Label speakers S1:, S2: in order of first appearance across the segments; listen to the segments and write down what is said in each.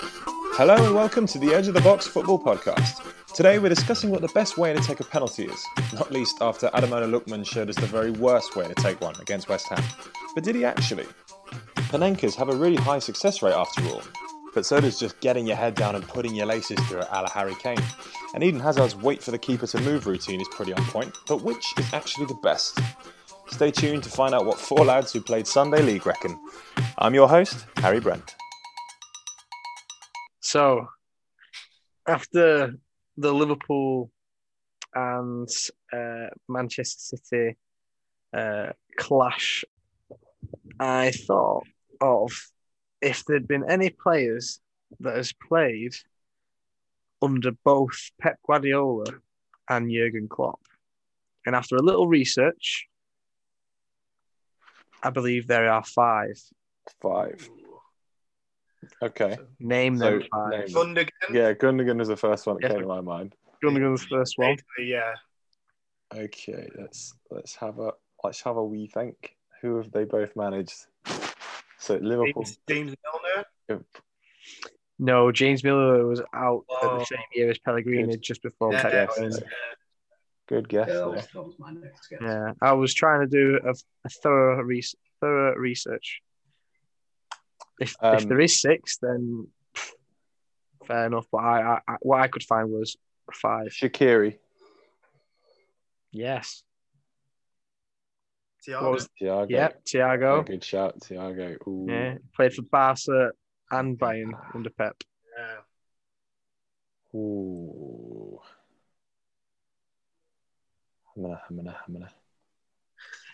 S1: Hello and welcome to the Edge of the Box Football Podcast. Today we're discussing what the best way to take a penalty is, not least after Adamola Lookman showed us the very worst way to take one against West Ham. But did he actually? Panenkas have a really high success rate after all, but so does just getting your head down and putting your laces through it a la Harry Kane. And Eden Hazard's wait for the keeper to move routine is pretty on point, but which is actually the best? Stay tuned to find out what four lads who played Sunday League reckon. I'm your host, Harry Brent.
S2: So, after the Liverpool and uh, Manchester City uh, clash, I thought of if there'd been any players that has played under both Pep Guardiola and Jurgen Klopp. And after a little research, I believe there are five.
S1: Five. Okay.
S2: Name
S1: So,
S2: them five.
S1: name them.
S3: Gundogan.
S1: Yeah, Gundogan is the first one that
S2: Yeah.
S1: came to my mind.
S2: Gundogan's first one.
S3: basically, yeah.
S1: Okay, let's let's have a let's have a wee think. Who have they both managed? So Liverpool.
S3: James, James Milner.
S2: No, James Miller was out at
S3: Oh.
S2: the same year as Pellegrini
S1: Good.
S2: just before
S3: Yeah, uh,
S2: Pep
S1: yeah,
S2: got in.
S1: yeah. Good guess. there.
S2: Yeah, I was trying to do a, a thorough, re- thorough research. If, if
S1: Um,
S2: there is six, then pff, fair enough. But I, I, I, what I could find was five.
S1: Shakiri.
S2: Yes.
S3: Thiago.
S2: What was-
S1: Thiago.
S2: Yep.
S1: Yeah,
S2: Thiago.
S1: Good shout, Thiago. Ooh.
S2: Yeah. Played for Barca and Bayern under Pep.
S3: Yeah.
S1: Ooh. Hamana, hamana, hamana.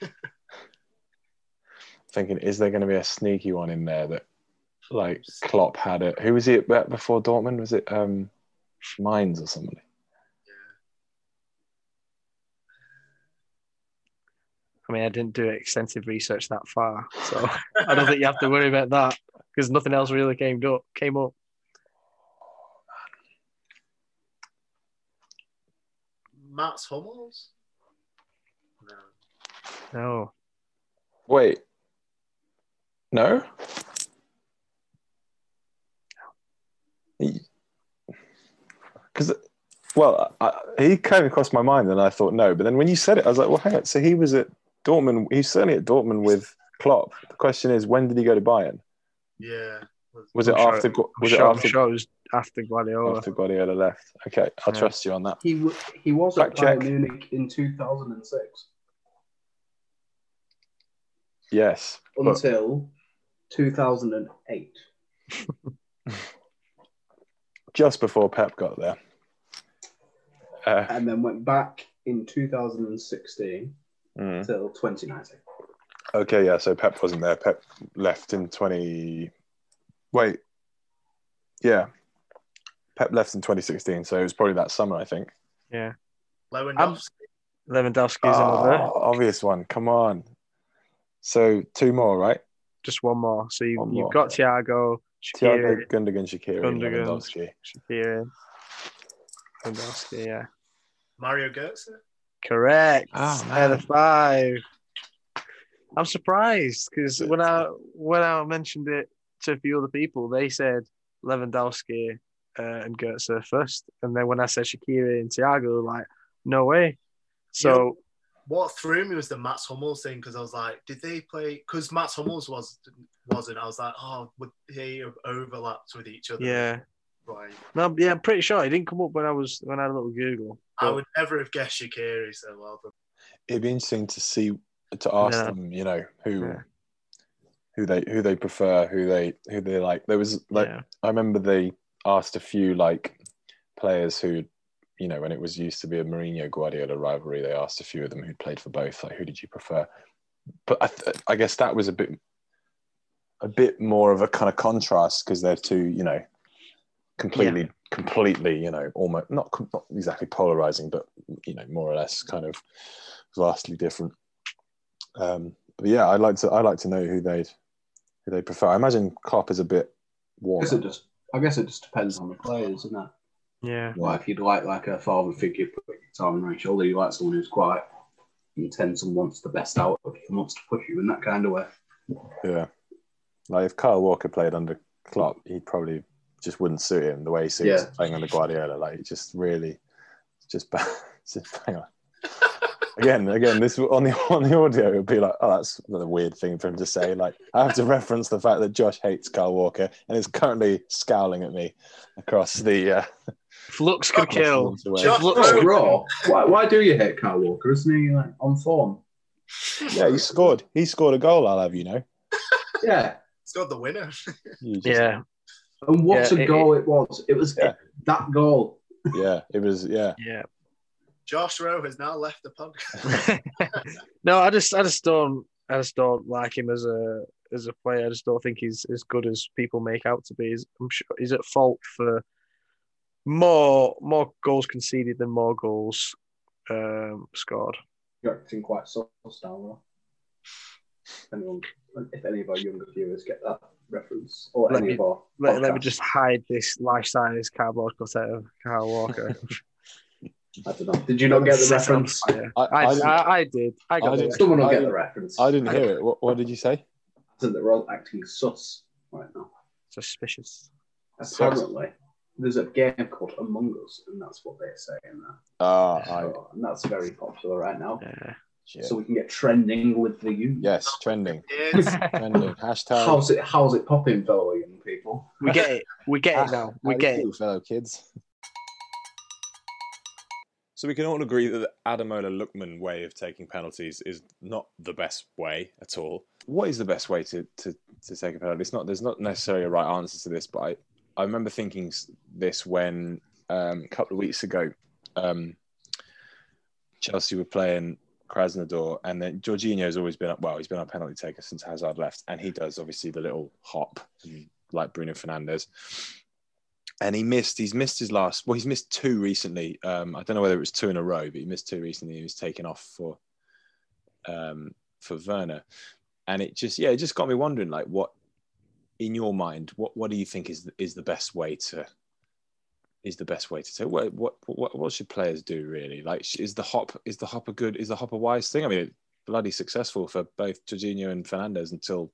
S1: Thinking, is there going to be a sneaky one in there that, like, Klopp had it? Who was he at Bet before Dortmund? Was it um, Mines or somebody?
S2: I mean, I didn't do extensive research that far, so I don't think you have to worry about that because nothing else really came up. Came up.
S3: Mats Hummels. No.
S2: No.
S1: Wait. No? Because, well, I, he came across my mind and I thought no. But then when you said it, I was like, well, hang on. So he was at Dortmund. He's certainly at Dortmund with Klopp. The question is, when did he go to Bayern?
S3: Yeah.
S1: Was
S2: I'm
S1: it
S2: sure-
S1: after? Gu-
S2: I'm
S1: Was
S2: sure, I'm
S1: it after,
S2: sure it was after Guardiola.
S1: after Guardiola left? Okay, I'll
S2: Yeah.
S1: trust you on that.
S4: He w- he was
S1: Fact
S4: at Bayern
S1: check.
S4: Munich in 2006
S1: Yes. But
S4: until 2008.
S1: just before Pep got there. Uh,
S4: And then went back in 2016
S1: mm.
S4: till 2019.
S1: Okay, yeah. So Pep wasn't there. Pep left in twenty. Wait. Yeah. Pep left in twenty sixteen, so it was probably that summer, I think.
S3: Lewandowski.
S2: Lewandowski's another.
S1: Ah, obvious one. Come on. So two more, right?
S2: Just one more. So you,
S1: One
S2: you've
S1: more.
S2: got Thiago, Shakiri,
S1: Thiago Gundogan, Shakiri,
S2: Gundogan.
S1: Lewandowski.
S2: Shakiri, Lewandowski. Yeah,
S3: Mario Götze.
S2: correct.
S1: Ah,
S2: Out
S1: man.
S2: of five. I'm surprised because when I when I mentioned it to a few other people, they said Lewandowski uh, and Goetze first, and then when I said Shakiri and Thiago, they were like no way. So
S3: What threw me was the Mats Hummels thing because I was like, did they play? Because Mats Hummels was wasn't. I was like, oh, would they have overlapped with each other?
S2: yeah,
S3: Like,
S2: no, yeah, I'm pretty sure he didn't come up when I was when I had a little Google.
S3: I would never have guessed Shakiri. So well done.
S1: It'd be interesting to see to ask
S2: Yeah.
S1: them, you know, who
S2: Yeah.
S1: who they who they prefer, who they who they like. There was like
S2: yeah.
S1: I remember they asked a few like players who, you know, when it was used to be a Mourinho Guardiola rivalry, they asked a few of them who'd played for both, like who did you prefer? But I, th- I guess that was a bit, a bit more of a kind of contrast because they're two, you know, completely, completely, you know, almost not com- not exactly polarizing, but you know, more or less kind of vastly different. Um, but yeah, I'd like to, I'd like to know who they, would who they prefer. I imagine Klopp is a bit
S4: I
S1: warmer.
S4: guess it just I guess it just depends on the players, doesn't it?
S2: yeah.
S4: Like if you'd like like a father figure, put your time on your shoulder. You like someone who's quite intense and wants the best out of you, and wants to push you in that kind of way.
S1: Yeah. Like if Kyle Walker played under Klopp, he'd probably just wouldn't suit him the way he suits
S4: Yeah.
S1: playing under Guardiola. Like it just really, just, ba- just hang on. again, again, this on the on the audio it would be like, oh, that's a weird thing for him to say. Like I have to reference the fact that Josh hates Carl Walker and is currently scowling at me across the. Uh,
S2: Flux could kill.
S1: across the way.
S3: Josh-
S2: Flux
S4: Oh,
S2: could
S4: Raw. Why, why do you hate Kyle Walker? Isn't he like, on form?
S1: Yeah, he scored. He scored a goal. I'll have you know.
S4: Yeah.
S3: It's got the winner.
S1: You just-
S2: Yeah,
S4: And what
S2: Yeah,
S4: a
S2: it-
S4: goal it, was. It was
S1: Yeah.
S4: that goal.
S1: yeah. It was. Yeah,
S2: yeah.
S3: Josh Rowe has now left the podcast.
S2: no, I just, I just don't, I just don't like him as a as a player. I just don't think he's as good as people make out to be. He's, I'm sure he's at fault for more more goals conceded than more goals um, scored.
S4: You're acting quite sus now, Raw. Anyone, if any of our younger viewers get that reference, or
S2: Let
S4: any
S2: me-
S4: of our.
S2: Let, let me
S4: podcasts.
S2: just hide this lifestyle is cardboard cutout of Kyle Walker.
S4: I don't know. Did you not get the
S2: Set on
S4: reference?
S2: fire.
S1: I,
S2: I,
S1: I,
S2: I, I did. I got
S1: I
S2: it.
S1: did.
S4: Someone will
S1: I-
S4: get the reference.
S1: I didn't hear it. What, what did you say?
S4: said that we're all acting sus right now.
S2: Suspicious.
S1: Sus.
S4: Apparently, there's a game called Among Us, and that's what they're saying there.
S1: Ah, I,
S4: So- and that's very popular right now.
S2: Yeah.
S1: shit.
S4: So we can get trending with the youth.
S1: yes, trending,
S3: It's
S1: trending. Hashtag.
S4: How's it? How's it popping, fellow young people?
S2: We get it. We get it
S1: Ah,
S2: now. We
S1: how do
S2: get
S1: you
S2: it.
S1: do, fellow kids. So we can all agree that the Adamola Lookman way of taking penalties is not the best way at all. What is the best way to, to, to take a penalty? It's not. There's not necessarily a right answer to this, but I, I remember thinking s- this when um, a couple of weeks ago, um, Chelsea were playing Krasnodar, and then Jorginho's always been up. Well, he's been a penalty taker since Hazard left, and he does obviously the little hop, like Bruno Fernandez and he missed. He's missed his last. Well, he's missed two recently. Um, I don't know whether it was two in a row, but he missed two recently. He was taken off for um, for Werner, and it just yeah, it just got me wondering. Like, what in your mind, what what do you think is is the best way to is the best way to say what what what what should players do really? Like, sh- is the hop is the hop a good is the hop a wise thing? I mean, it bloody successful for both Jorginho and Fernandez until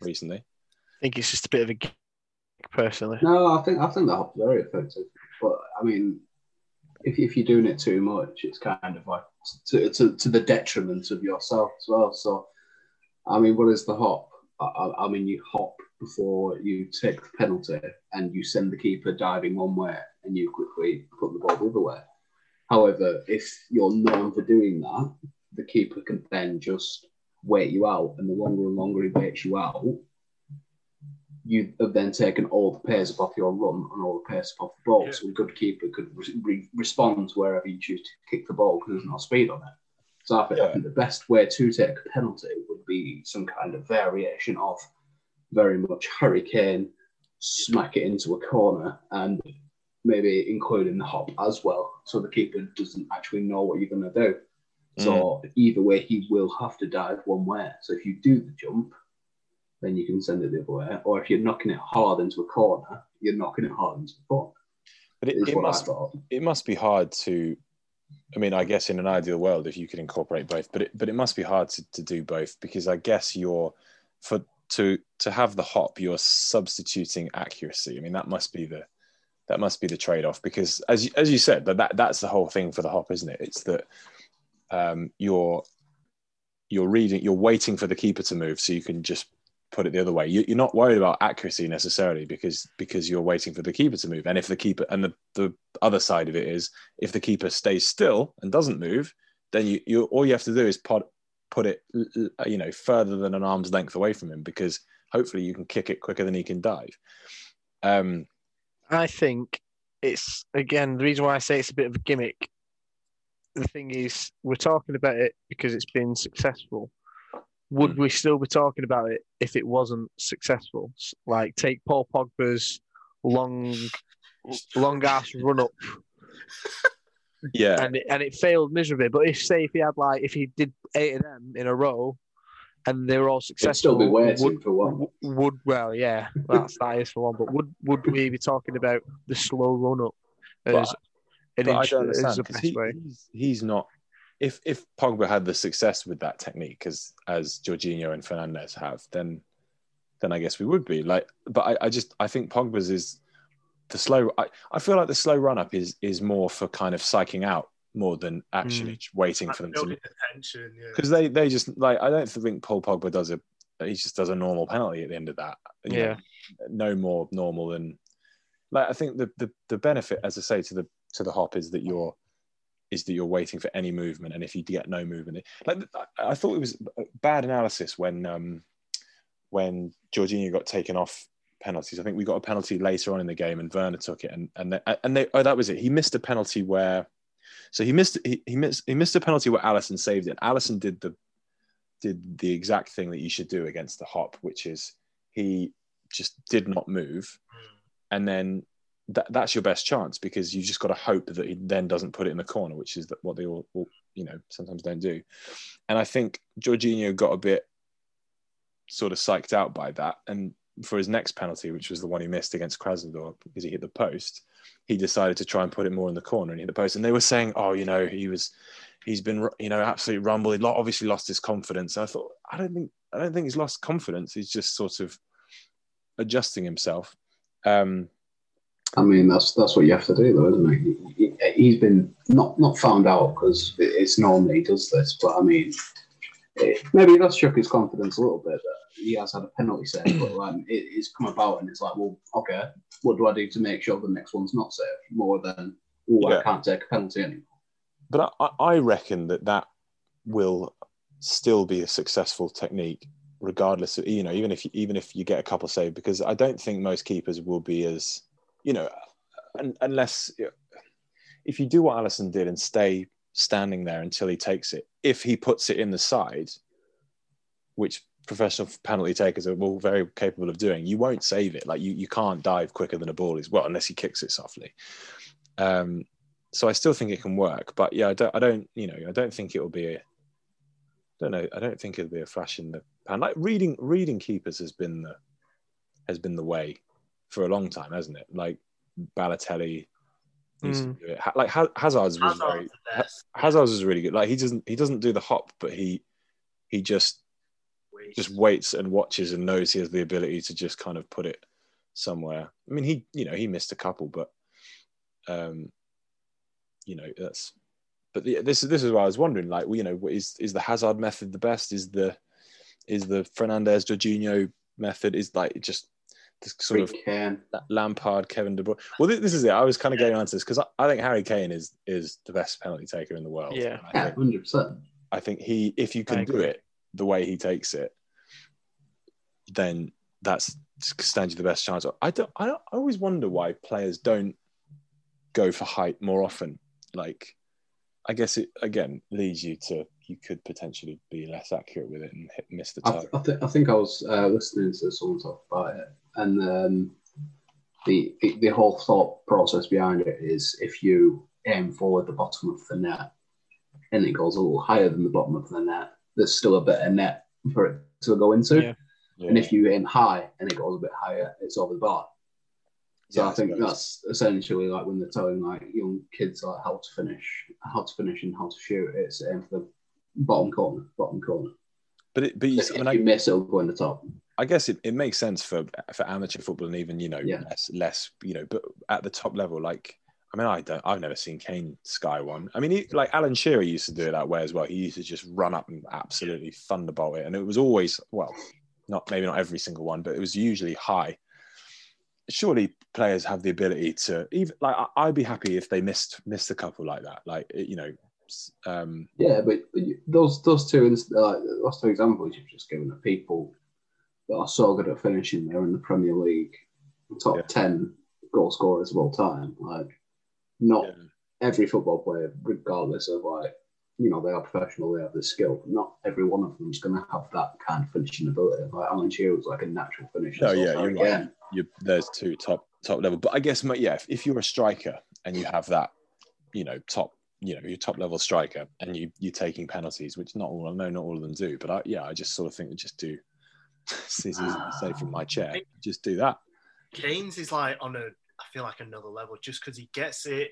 S1: recently.
S2: I think it's just a bit of a gimmick, personally.
S4: No, I think I think that's very effective. But I mean, if, if you're doing it too much, it's kind of like to, to, to the detriment of yourself as well. So, I mean, what is the hop? I, I, I mean, you hop before you take the penalty and you send the keeper diving one way and you quickly put the ball the other way. However, if you're known for doing that, the keeper can then just wait you out, and the longer and longer he waits you out, you have then taken all the pairs up off your run and all the pairs up off the ball.
S3: Yeah.
S4: So a good keeper could re- re- respond to wherever you choose to kick the ball because there's no speed on it. So I think, I
S1: Yeah.
S4: think the best way to take a penalty would be some kind of variation of very much hurricane, smack it into a corner, and maybe including the hop as well, so the keeper doesn't actually know what you're going to do. So
S1: Mm.
S4: either way, he will have to dive one way. So if you do the jump, then you can send it the other way. Or if you're knocking it hard into a corner, you're knocking it hard into the corner.
S1: But it,
S4: Is
S1: it
S4: what I
S1: must
S4: thought.
S1: it must be hard to i mean i guess in an ideal world if you could incorporate both but it, but it must be hard to, to do both because i guess you're for to to have the hop you're substituting accuracy i mean that must be the that must be the trade-off because as you, as you said but that that's the whole thing for the hop isn't it it's that um you're you're reading you're waiting for the keeper to move so you can just put it the other way you, you're not worried about accuracy necessarily because because you're waiting for the keeper to move and if the keeper and the, the other side of it is if the keeper stays still and doesn't move, then you, you all you have to do is pot, put it l- l- you know further than an arm's length away from him because hopefully you can kick it quicker than he can dive. Um,
S2: I think it's again the reason why I say it's a bit of a gimmick. The thing is, we're talking about it because it's been successful. Would we still be talking about it if it wasn't successful? S- Like take Paul Pogba's long, long ass run up,
S1: yeah,
S2: and it, and it failed miserably. But if say if he had like if he did eight of them in a row, and they were all
S4: It'd still
S2: successful,
S4: be waiting
S2: would
S4: for one.
S2: W- would well yeah that's that is for one but would would we be talking about the slow run up
S1: But-
S2: as an
S1: but I
S2: ins-
S1: don't
S2: as
S1: understand
S2: the
S1: 'cause
S2: best
S1: he-
S2: way
S1: he's, he's not. If if Pogba had the success with that technique as as Jorginho and Fernandez have, then then I guess we would be like. But I, I just I think Pogba's is the slow. I, I feel like the slow run up is is more for kind of psyching out more than actually
S2: Hmm.
S1: waiting for them to
S3: building the tension, yeah.
S1: because they they just like I don't think Paul Pogba does a he just does a normal penalty at the end of that. You know,
S2: Yeah.
S1: no more normal than like I think the, the the benefit, as I say, to the to the hop is that you're is that you're waiting for any movement, and if you get no movement, like I- I thought it was bad analysis when um when Jorginho got taken off penalties. I think we got a penalty later on in the game, and Werner took it, and and they, and they oh that was it. He missed a penalty where. So he missed he, he missed he missed a penalty where Allison saved it. Allison did the did the exact thing that you should do against the hop, which is he just did not move, and then that, that's your best chance because you just got to hope that he then doesn't put it in the corner, which is that what they all, all you know sometimes don't do. And I think Jorginho got a bit sort of psyched out by that, and for his next penalty, which was the one he missed against Krasnodar because he hit the post, he decided to try and put it more in the corner and hit the post. And they were saying, oh, you know, he was he's been you know absolutely rumbled. He lo- obviously lost his confidence. And I thought I don't think I don't think he's lost confidence. He's just sort of adjusting himself. Um,
S4: I mean, that's that's what you have to do, though, isn't it? He- He's been not not found out because it's normally he does this, but I mean, it, maybe that's shook his confidence a little bit that he has had a penalty save, but um, it, it's come about and it's like, well, okay, what do I do to make sure the next one's not saved? More than, oh,
S1: Yeah.
S4: I can't take a penalty anymore.
S1: but I, I reckon that that will still be a successful technique, regardless of you know even if you, even if you get a couple save because I don't think most keepers will be as you know un, unless if you do what Allison did and stay standing there until he takes it, if he puts it in the side, which professional penalty takers are all very capable of doing, you won't save it. Like you, you can't dive quicker than a ball is well, unless he kicks it softly. Um, so I still think it can work, but yeah, I don't, I don't, you know, I don't think it will be a, don't know, I don't think it'll be a flash in the pan. Like reading, reading keepers has been the, has been the way for a long time, hasn't it? Like Balotelli used to do it. Ha- Like Ha- Hazard's was
S3: Hazard's
S1: very,
S3: Mm. the best.
S1: Hazard was really good. Like he doesn't he doesn't do the hop, but he he just
S3: Wait.
S1: just waits and watches and knows he has the ability to just kind of put it somewhere. I mean, he you know he missed a couple, but um, you know that's. But the, this is this is what I was wondering. Like, well, you know, is is the Hazard method the best? Is the is the Fernandez Jorginho method? Is like just this sort of
S4: Free can.
S1: that Lampard, Kevin De Bruyne. Well, this, this is it. I was kind of getting onto this because I, I think Harry Kane is is the best penalty taker in the world.
S2: Yeah.
S1: I
S4: Yeah,
S1: think,
S4: 100%.
S1: I think he, if you can
S2: I
S1: do
S2: agree.
S1: it the way he takes it, then that's stands you the best chance. I don't. I, don't, I always wonder why players don't go for height more often. Like, I guess it again leads you to you could potentially be less accurate with it and hit, miss the
S4: I,
S1: target.
S4: I, th- I think I was uh, listening to someone talk about it, and um, the, the the whole thought process behind it is if you aim for the bottom of the net and it goes a little higher than the bottom of the net, there's still a better net for it to go into.
S2: Yeah.
S1: Yeah.
S4: And if you aim high and it goes a bit higher, it's over the bar. So
S1: Yeah,
S4: I think
S1: suppose.
S4: that's essentially like when they're telling like young kids like how to finish, how to finish and how to shoot. It's aim for the bottom corner, bottom corner.
S1: But it, but you,
S4: If
S1: I mean,
S4: you
S1: I,
S4: miss, it'll go in the top.
S1: I guess it, it makes sense for for amateur football and even you know
S4: Yeah.
S1: less less you know, but at the top level, like I mean, I don't, I've never seen Kane sky one. I mean, he, like Alan Shearer used to do it that way as well. He used to just run up and absolutely thunderbolt it, and it was always well, not maybe not every single one, but it was usually high. Surely players have the ability to even like I- I'd be happy if they missed missed a couple like that, like you know, s- um,
S4: Yeah, but you- those those two inst- like those two examples you've just given are people that are so good at finishing. They're in the Premier League top
S1: Yeah.
S4: ten goal scorers of all time. Like not
S1: Yeah.
S4: every football player, regardless of like you know they are professional, they have the skill. Not every one of them is going to have that kind of finishing ability. Like Alan Shearer was like a natural finisher.
S1: No,
S4: so
S1: Oh, yeah,
S4: far
S1: you're right.
S4: again.
S1: you there's two top top level. But I guess my, yeah, if, if you're a striker and you have that, you know, top you know your top level striker and you you're taking penalties, which not all I know not all of them do, but I, yeah, I just sort of think just do. This is say from my chair, just do that.
S3: Keynes is like on a, I feel like another level just because he gets it.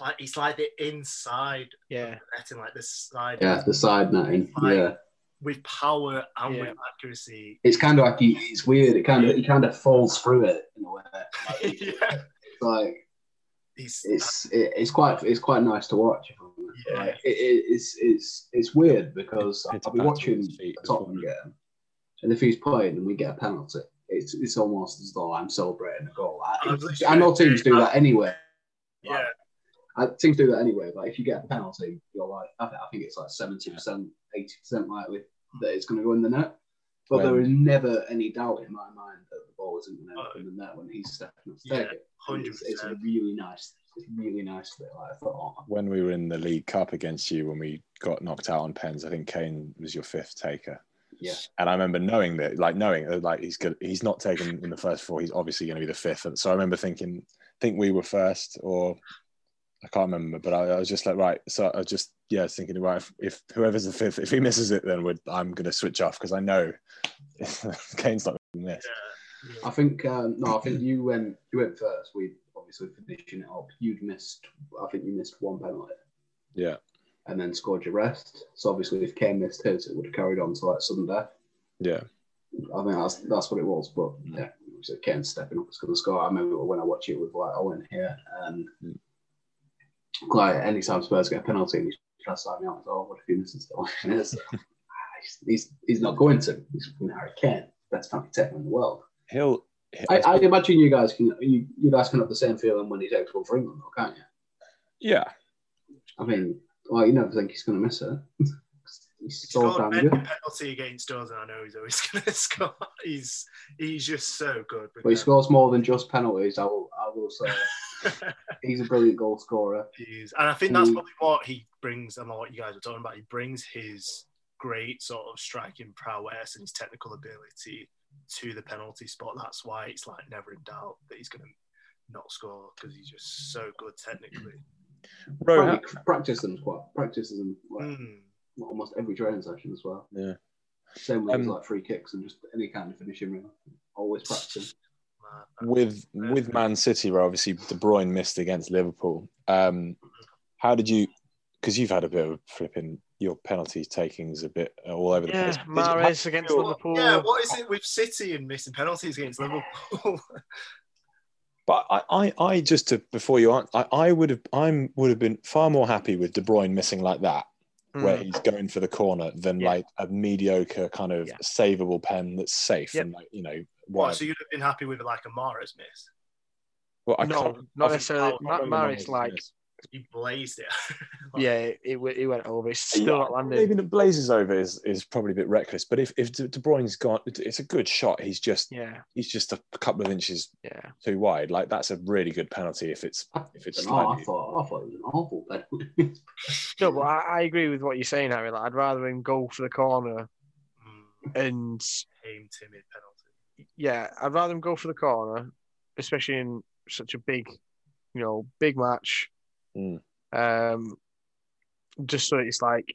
S3: Like he's like the inside
S2: Yeah.
S3: netting, like the side.
S4: Yeah, the side netting.
S3: Right.
S4: Yeah,
S3: with power and
S2: Yeah.
S3: with accuracy.
S4: It's kind of like he, it's weird. It kind of he kind of falls through it in a way.
S3: yeah,
S4: It's like
S3: he's
S4: it's it, it's quite it's quite nice to watch. If I'm honest.
S3: Yeah.
S4: Like, it, it, it's it's it's weird because
S1: It's
S4: I'll be
S1: back to
S4: watching
S1: his feet
S4: a
S1: as
S4: Tottenham
S1: well.
S4: game, and if he's playing and we get a penalty, it's it's almost as though I'm celebrating a goal. I,
S3: Absolutely.
S4: I know teams do that anyway.
S3: yeah,
S4: I, teams do that anyway, but if you get a penalty, you're like, I, th- I think it's like 70%, 80% likely that it's going to go in the net. But
S1: When-
S4: there is never any doubt in my mind that the ball isn't going to
S3: Oh.
S4: go in the net when he's stepping up to
S3: Yeah,
S4: take it. And
S3: hundred
S4: It's, it's a
S3: percent.
S4: really nice, it's really nice that like, I thought, oh,
S1: When we were in the League Cup against you, when we got knocked out on pens, I think Kane was your fifth taker.
S4: yeah,
S1: And I remember knowing that, like knowing that, like he's good, he's not taken in the first four. He's obviously going to be the fifth. And so I remember thinking, I think we were first, or I can't remember, but I, I was just like, right. So I was just, yeah, I was thinking, right, if, if whoever's the fifth, if he misses it, then would I'm going to switch off because I know Kane's not going to miss.
S3: Yeah.
S4: I think um, no, I think you went you went first. We obviously finishing it up. You'd missed, I think you missed one penalty
S1: Yeah,
S4: and then scored your rest. So obviously, if Kane missed his, it would have carried on to like sudden death.
S1: yeah,
S4: I think that's that's what it was. But
S1: Mm.
S4: yeah, so Ken stepping up is going to score. I remember when I watched it with like Owen here, and
S1: Mm.
S4: like anytime Spurs get a penalty, and he's trying to side me out. it's, Oh, what if he misses the one? And it's, ah, he's, he's he's not going to. He's fucking Harry Kane, best penalty taker in the world.
S1: he'll.
S4: I, I imagine you guys can you, you guys can have the same feeling when he takes one for England, though, can't you?
S1: yeah,
S4: I mean, well, you never think he's going to miss it. he's
S3: He
S4: so
S3: scored
S4: damn
S3: many
S4: good.
S3: penalty against us, and I know he's always going to score. He's he's just so good. with
S4: But he
S3: them.
S4: scores more than just penalties. I will I will say he's a brilliant goal scorer.
S3: He's- and I think that's
S4: Mm.
S3: probably what he brings. I know what you guys were talking about. He brings his great sort of striking prowess and his technical ability to the penalty spot. That's why it's like never in doubt that he's going to not score because he's just so good technically.
S1: Bro, how-
S4: Probably practice them quite practices them like,
S3: Mm.
S4: almost every training session as well.
S1: Yeah.
S4: Same with
S1: Um,
S4: like free kicks and just any kind of finishing. Really. Always practicing.
S3: Man,
S1: with with Man City, where obviously De Bruyne missed against Liverpool. Um, how did you? Because you've had a bit of a flipping your penalty takings a bit uh, all over the
S2: Yeah,
S1: place. Did you-
S2: Mares against
S1: feel-
S2: Liverpool.
S3: Yeah, what is it with City and missing penalties against Liverpool?
S1: But I, I, I just to, before you, an- I, I would have, I'm would have been far more happy with De Bruyne missing like that,
S2: Mm.
S1: where he's going for the corner, than
S2: Yeah.
S1: like a mediocre kind of
S2: Yeah.
S1: savable pen that's safe
S2: Yep.
S1: and like you know
S3: What,
S1: wide.
S3: so you'd have been happy with like a Mares miss.
S1: Well, I
S2: no,
S1: can't-
S2: not
S1: I think-
S2: necessarily.
S1: I can't
S2: Ma-
S1: remember
S2: Mares,
S1: Mahrez's
S2: like,
S1: miss.
S3: You blazed it.
S2: yeah, it, it, w- it went over. It's still not landing.
S1: Maybe the blazes over is, is probably a bit reckless, but if, if De De Bruyne's gone, it- it's a good shot. He's just
S2: Yeah,
S1: he's just a couple of inches
S2: yeah.
S1: too wide. Like that's a really good penalty if it's if it's
S4: And I, I
S1: slightly.
S4: thought I thought it was an awful penalty.
S2: No, but I, I agree with what you're saying, Harry. Like, I'd rather him go for the corner
S3: Mm,
S2: and
S3: aim timid penalty.
S2: yeah, I'd rather him go for the corner, especially in such a big, you know, big match.
S1: Mm.
S2: Um, just so it's like,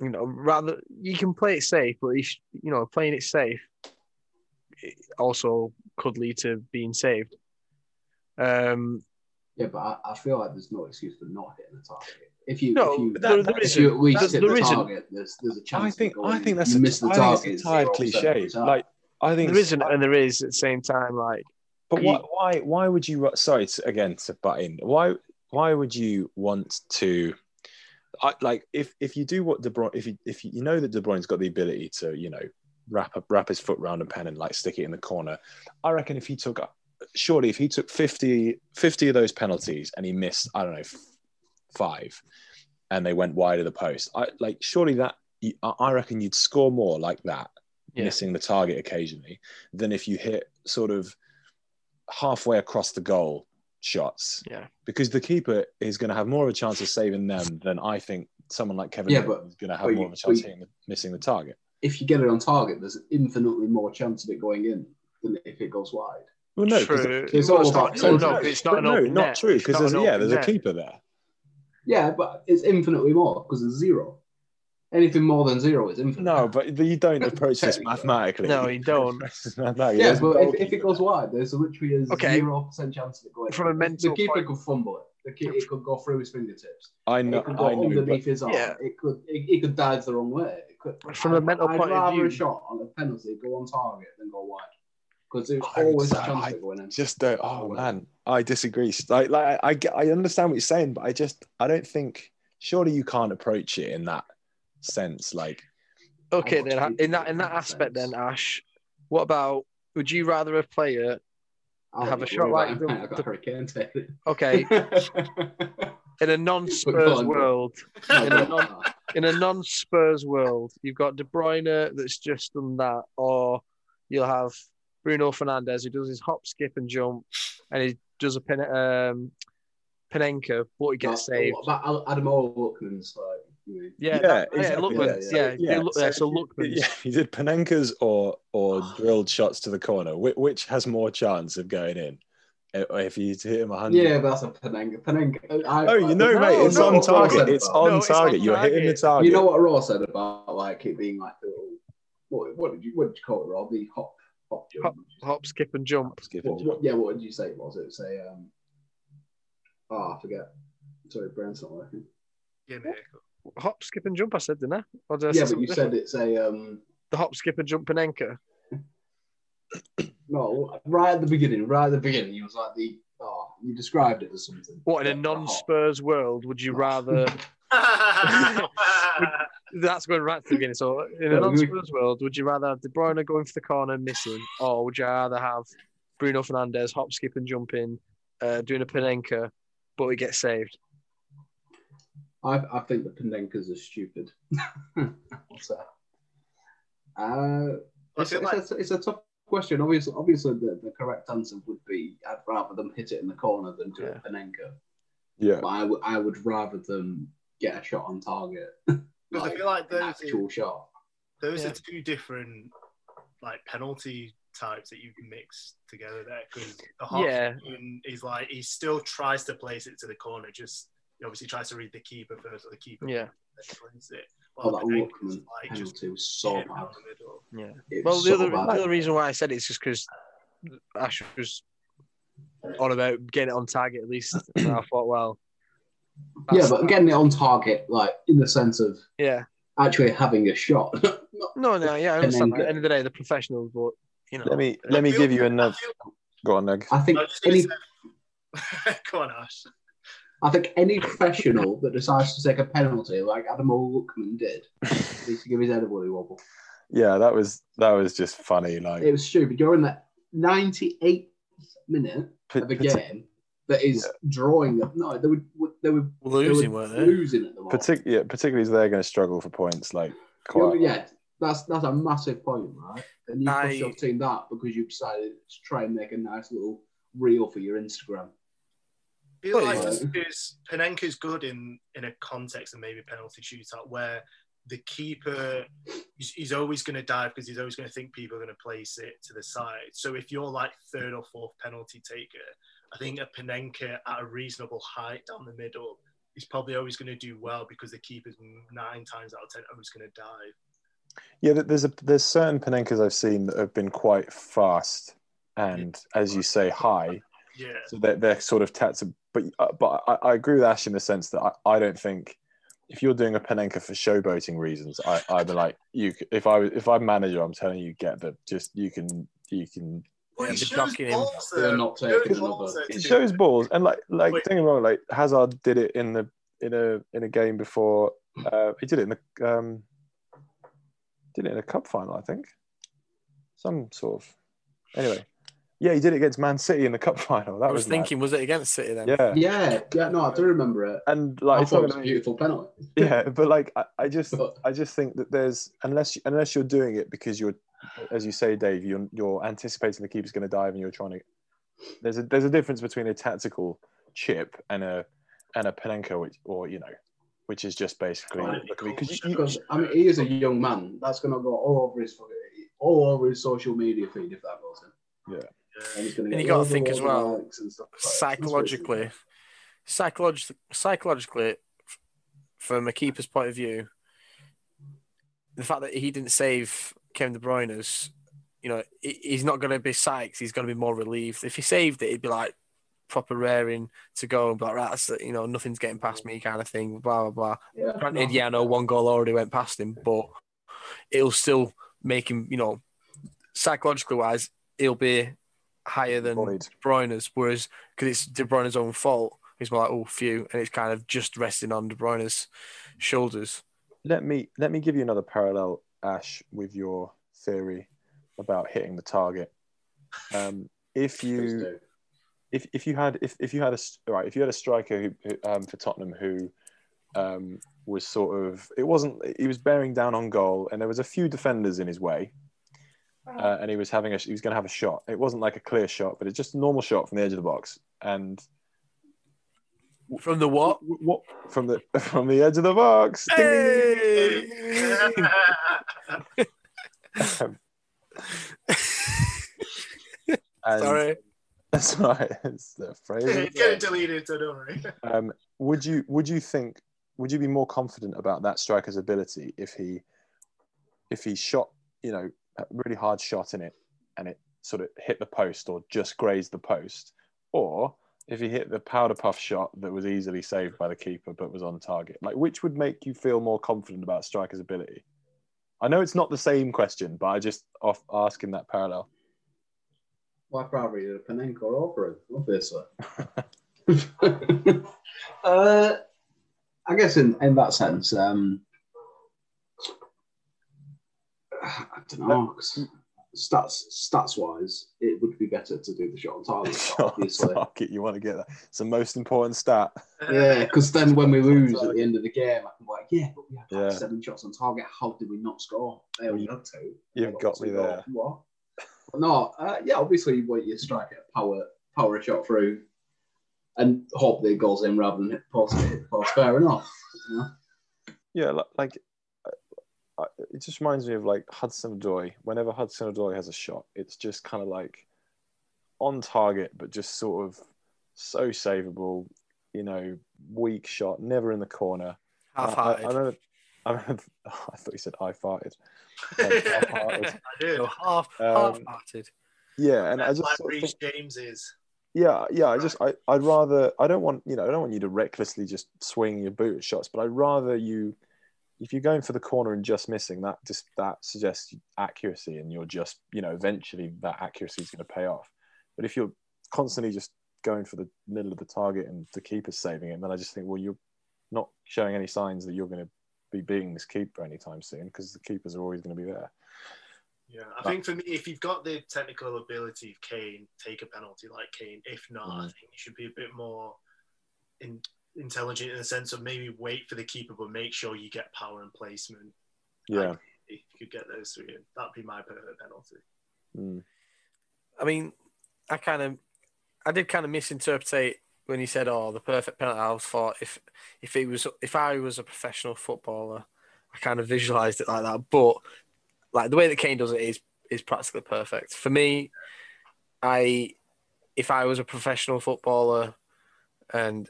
S2: you know, rather you can play it safe, but if you know playing it safe it also could lead to being saved. Um,
S4: yeah, but I, I feel like there's no excuse for not hitting the target. If you
S2: No,
S4: if you,
S2: but there-
S1: there
S4: if you at least
S2: That's-
S4: hit
S2: there
S4: the
S2: isn't.
S4: target, there's there's a chance.
S1: I
S4: of
S1: think
S4: going.
S1: I think that's
S4: you
S1: a,
S4: miss the
S1: I think it's a
S4: target.
S1: tired
S4: 0%
S1: cliche.
S4: of the time.
S1: Like I think
S2: there
S1: it's-
S2: isn't and there is at the same time. Like
S1: But
S2: You-
S1: why, why why would you sorry to, again to butt in why why would you want to I, like if if you do what De Bruyne if you if you know that De Bruyne's got the ability to you know wrap up wrap his foot round a pen and like stick it in the corner I reckon if he took surely if he took 50 50 of those penalties and he missed I don't know f- five and they went wide of the post I like surely that you- I- I reckon you'd score more like that
S2: Yeah.
S1: missing the target occasionally than if you hit sort of halfway across the goal shots.
S2: Yeah.
S1: Because the keeper is going to have more of a chance of saving them than I think someone like Kevin
S4: Yeah,
S1: Nolan
S4: but-
S1: is going to
S4: but
S1: have
S4: you-
S1: more of a chance
S4: but you-
S1: hitting the, missing the target.
S4: if you get it on target, there's infinitely more chance of it going in than if it goes wide.
S1: Well, no, 'cause-
S2: true.
S4: it's
S2: Well,
S4: all
S2: it's not,
S4: about
S2: no, no,
S4: percentage.
S2: but it's not
S1: but
S2: an
S1: no,
S2: open
S1: not
S2: net.
S1: true.
S2: It's
S1: Because
S2: not
S1: there's
S2: an
S1: yeah,
S2: open
S1: there's a
S2: net.
S1: keeper there.
S4: Yeah, but it's infinitely more because it's zero. Anything more than zero is infinite.
S1: No, but you don't approach this
S4: Technically.
S1: mathematically.
S2: No, you don't.
S1: Approach this mathematically.
S4: Yeah,
S1: There's a
S4: but if, if
S1: goalkeeper
S4: it goes wide, there's literally a
S2: Okay.
S4: zero percent chance of it going.
S2: From a
S4: in.
S2: mental
S4: the keeper
S2: point-
S4: could fumble it. The keeper it could go through his fingertips.
S1: there. I know.
S4: it could go
S1: I know.
S4: underneath
S1: But,
S4: his arm.
S2: Yeah.
S4: It could it, it could dive the wrong way. It
S2: From a
S4: I'd-
S2: mental
S4: I'd
S2: point of
S4: rather
S2: view-
S4: a shot on a penalty go on target than go wide because there's
S1: I would
S4: always a
S1: say
S4: chance
S1: I
S4: of going in.
S1: Just don't. Oh
S4: Always.
S1: man, I disagree. Like, like I, I, get- I understand what you're saying, but I just, I don't think. Surely you can't approach it in that sense. Like,
S2: Okay,
S4: I'll watch
S2: then
S4: people
S2: in that in that
S4: make
S2: aspect, then
S4: mistakes.
S2: Ash, what about? Would you rather a player?
S4: I'll
S2: have a
S4: not
S2: shot
S4: worry
S2: like
S4: about
S2: the-
S4: it, mate, I've got
S2: the-
S4: Hurricane Taylor.
S2: Okay, in a
S4: But go
S2: non-Spurs
S4: on.
S2: world,
S4: No,
S2: In a
S4: no,
S2: non- in a non-Spurs world, you've got De Bruyne that's just done that, or you'll have Bruno Fernandez who does his hop, skip, and jump, and he does a pin, um, Penenka, but he gets
S4: no,
S2: saved.
S4: But Al- Adam Lookman's like, you know,
S2: Yeah,
S1: Yeah,
S2: that- yeah,
S1: exactly,
S2: Lookman's,
S4: yeah,
S2: yeah,
S4: yeah.
S2: yeah,
S1: so
S2: yeah, so
S1: if you-
S2: Lookman's.
S1: yeah, he did Panenkas or or drilled shots to the corner. Which, which has more chance of going in? If if you hit him hundred,
S4: yeah, but that's a Penenga. Penenga. I,
S1: Oh, you know,
S2: No,
S1: mate, it's
S2: no,
S1: on
S2: what Ross
S1: target.
S2: said
S1: It's
S4: about-
S1: on
S2: No, it's on
S1: target. You're hitting the
S2: target.
S1: target.
S4: You know what Raw said about like it being like the little, what, what did you what did you call it, Rob? The hop hop jump.
S2: Hop, skip, and jump.
S1: Just give
S4: What-
S1: him-
S4: what- yeah, what did you say it was? It was a um. Oh, I forget. Sorry, brain's not working.
S3: Give me a-
S2: Hop, skip, and jump. I said, didn't I? Or did I say
S4: yeah, but
S2: something
S4: you
S2: different?
S4: said it's a um.
S2: the hop, skip, and jump Penenka.
S4: No, right at the beginning, right at the beginning, you was like the. Oh, you described it as something.
S2: What in a
S4: Yeah, hop.
S2: non-Spurs world would you rather? That's going right to the beginning. So in a
S4: Yeah, we-
S2: non-Spurs world, would you rather have De Bruyne going for the corner and missing, or would you rather have Bruno Fernandez hop, skip, and jumping, uh, doing a Penenka, but he gets saved?
S4: I, I think the Pendenkas are stupid. so, uh,
S3: I
S4: it's,
S3: feel
S4: it's,
S3: like
S4: a, it's a tough question. Obviously, obviously the, the correct answer would be I'd rather them hit it in the corner than do
S2: Yeah.
S4: a Penenka.
S1: Yeah,
S4: But I would- I would rather them get a shot on target.
S3: Because I feel like
S4: an
S3: those-
S4: actual shot.
S3: those
S2: Yeah.
S3: are two different like penalty types that you can mix together there because the
S2: Yeah.
S3: Hawks is like he still tries to place it to the corner just he obviously tries to read the keeper first or the keeper
S2: Yeah.
S3: first, then plays it
S4: Oh,
S3: While
S4: that
S3: Penenka's,
S4: Lookman
S3: like just
S4: penalty was
S3: hit
S4: so
S3: him
S4: bad.
S3: down the middle
S2: Yeah.
S4: It
S2: Well,
S4: was
S2: the
S4: so
S2: other
S4: bad.
S2: the other reason why I said it's just because Ash was on about getting it on target at least, and I thought, well,
S4: yeah,
S2: that's-
S4: but getting it on target, like in the sense of
S2: yeah,
S4: actually having a shot. Not-
S2: no, no, yeah, I
S4: And
S2: understand.
S4: then
S2: that. At the end of the day, the professionals, but you know,
S1: let me
S3: I
S1: let me
S3: feel-
S1: give you
S3: I
S1: another.
S3: feel-
S1: Go on, Nug.
S4: I think
S3: I was just gonna
S4: any
S3: say- Go on, Ash.
S4: I think any professional that decides to take a penalty, like Adam Lookman did, needs to give his head a woolly wobble.
S1: Yeah, that was that was just funny. Like
S4: It was stupid. You're in that 98th minute
S1: p-
S4: of a
S1: partic-
S4: game that is drawing them. No, they were they were
S2: losing,
S4: they were
S2: weren't they?
S4: losing at the moment.
S1: partic- yeah, particularly as they're going to struggle for points. Like
S4: You're-
S1: quite.
S4: yeah, that's that's a massive point, right? And you
S2: I-
S4: pushed your team that because you decided to try and make a nice little reel for your Instagram.
S3: I feel like
S4: Right.
S3: this is Penenka's good in in a context and maybe penalty shootout where the keeper he's, he's always going to dive because he's always going to think people are going to place it to the side. So if you're like third or fourth penalty taker, I think a Penenka at a reasonable height down the middle is probably always going to do well because the keeper's nine times out of ten always going to dive.
S1: Yeah, th- there's a there's certain Panenkas I've seen that have been quite fast and, as you say, high.
S3: Yeah,
S1: So they're, they're sort of tats. But uh, but I, I agree with Ash in the sense that I, I don't think if you're doing a Panenka for showboating reasons, I I'd be like you. c- If I was if I'm manager, I'm telling you, get the just you can you can.
S3: well,
S2: Yeah,
S3: it
S2: the
S3: shows
S2: docking.
S3: balls,
S4: They're
S3: though.
S4: not
S3: It shows
S4: taking
S3: balls,
S4: another-
S3: though,
S1: It
S3: to
S1: shows
S3: do
S1: balls and like like
S3: Wait.
S1: don't get me wrong, like Hazard did it in the in a in a game before. Uh, he did it in the um, did it in a cup final, I think. Some sort of anyway. Yeah, he did it against Man City in the cup final. That
S5: I was,
S1: mad.
S5: thinking, was it against City then?
S1: Yeah.
S4: Yeah, yeah, no, I do remember it.
S1: and
S4: I
S1: like it's
S4: thought
S1: not
S4: it was a
S1: gonna be-
S4: beautiful penalty.
S1: yeah, but like I, I just
S4: But
S1: I just think that there's unless unless you're doing it because you're, as you say, Dave, you're you're anticipating the keeper's going to dive and you're trying to. There's a there's a difference between a tactical chip and a and a Penenka, which or you know, which is just basically
S4: Right.
S1: because you,
S4: because I mean, he is a young man. That's going to go all over his fucking- all over his social media feed if that goes in.
S3: Yeah.
S4: And, he's gonna
S5: And
S4: get
S5: you gotta
S4: loads and
S5: think as
S4: loads of
S5: well,
S4: likes and stuff like that.
S5: Psychologically, psychologically, psychologically, f- from a keeper's point of view, the fact that he didn't save Kevin De Bruyne's, you know, he- he's not going to be psyched. He's going to be more relieved. If he saved it, he'd be like proper raring to go and be like, right, that's it, you know, nothing's getting past me kind of thing, blah, blah, blah.
S4: That's
S5: Granted,
S4: yeah.
S5: yeah, I know one goal already went past him, but it'll still make him, you know, psychologically wise, he'll be higher than
S1: Void.
S5: De Bruyne's. Whereas because it's De Bruyne's own fault, he's more like oh phew, and it's kind of just resting on De Bruyne's shoulders.
S1: let me let me give you another parallel, Ash, with your theory about hitting the target. Um, if
S4: Please
S1: you
S4: do.
S1: if, if you had if, if you had a s- right if you had a striker who, who um, for Tottenham who um, was sort of it wasn't he was bearing down on goal and there was a few defenders in his way uh, and he was having a he was going to have a shot it wasn't like a clear shot but it's just a normal shot from the edge of the box and
S5: From the what?
S1: w- what from the from the edge of the box Ding, ding, ding.
S5: Hey!
S1: Um, And-
S5: Sorry.
S1: that's right it's the phrase of the
S3: Get
S1: day.
S3: it deleted, so don't worry.
S1: um, would you would you think would you be more confident about that striker's ability if he if he shot you know a really hard shot in it and it sort of hit the post or just grazed the post or if he hit the powder puff shot that was easily saved by the keeper but was on target like which would make you feel more confident about striker's ability i know it's not the same question but i just off asking that parallel
S4: Why probably did a Panenka over it, obviously. uh, I guess in, in that sense, um, I don't know. 'cause Stats stats wise, it would be better to do the shot on target, obviously.
S1: target you want to get that it's the most important stat
S4: Yeah, because then when we lose at the end of the game, I can be like, yeah, but we had like
S1: Yeah.
S4: seven shots on target. How did we not score? There we go. Two.
S1: You've
S4: They
S1: got
S4: two
S1: me
S4: goals.
S1: there.
S4: What? But no, uh, yeah, obviously you want your striker to power power a shot through and hope that it goes in rather than hit the post. Hit the post. Fair enough. you know?
S1: Yeah, li- like I- I- it just reminds me of like Hudson Odoi. Whenever Hudson Odoi has a shot, it's just kind of like on target, but just sort of so savable. You know, weak shot, never in the corner. I, I, I
S5: Half-hearted.
S1: remember. I, remember, I thought you said I farted. Like, half-hearted.
S3: I did.
S5: No, half,
S1: Um,
S5: half-hearted.
S1: yeah, and I just
S3: like
S1: sort of
S3: Reece
S1: think,
S3: James is.
S1: yeah, yeah. I just I, I'd rather I don't want you know I don't want you to recklessly just swing your boot at shots, but I'd rather you if you're going for the corner and just missing that just that suggests accuracy and you're just you know eventually that accuracy is going to pay off. But if you're constantly just going for the middle of the target and the keeper's saving it, then I just think well you're not showing any signs that you're going to be beating this keeper anytime soon because the keepers are always going to be there.
S3: Yeah, I think for me, if you've got the technical ability of Kane, take a penalty like Kane. If not, I
S1: Mm.
S3: think you should be a bit more in, intelligent in the sense of maybe wait for the keeper, but make sure you get power and placement.
S1: Yeah.
S3: If you could get those three, in, that'd be my perfect penalty.
S1: Mm.
S5: I mean, I kind of, I did kind of misinterpret when you said, "Oh, the perfect penalty." I was thought if if it was if I was a professional footballer, I kind of visualized it like that. But like the way that Kane does it is is practically perfect for me. I if I was a professional footballer, and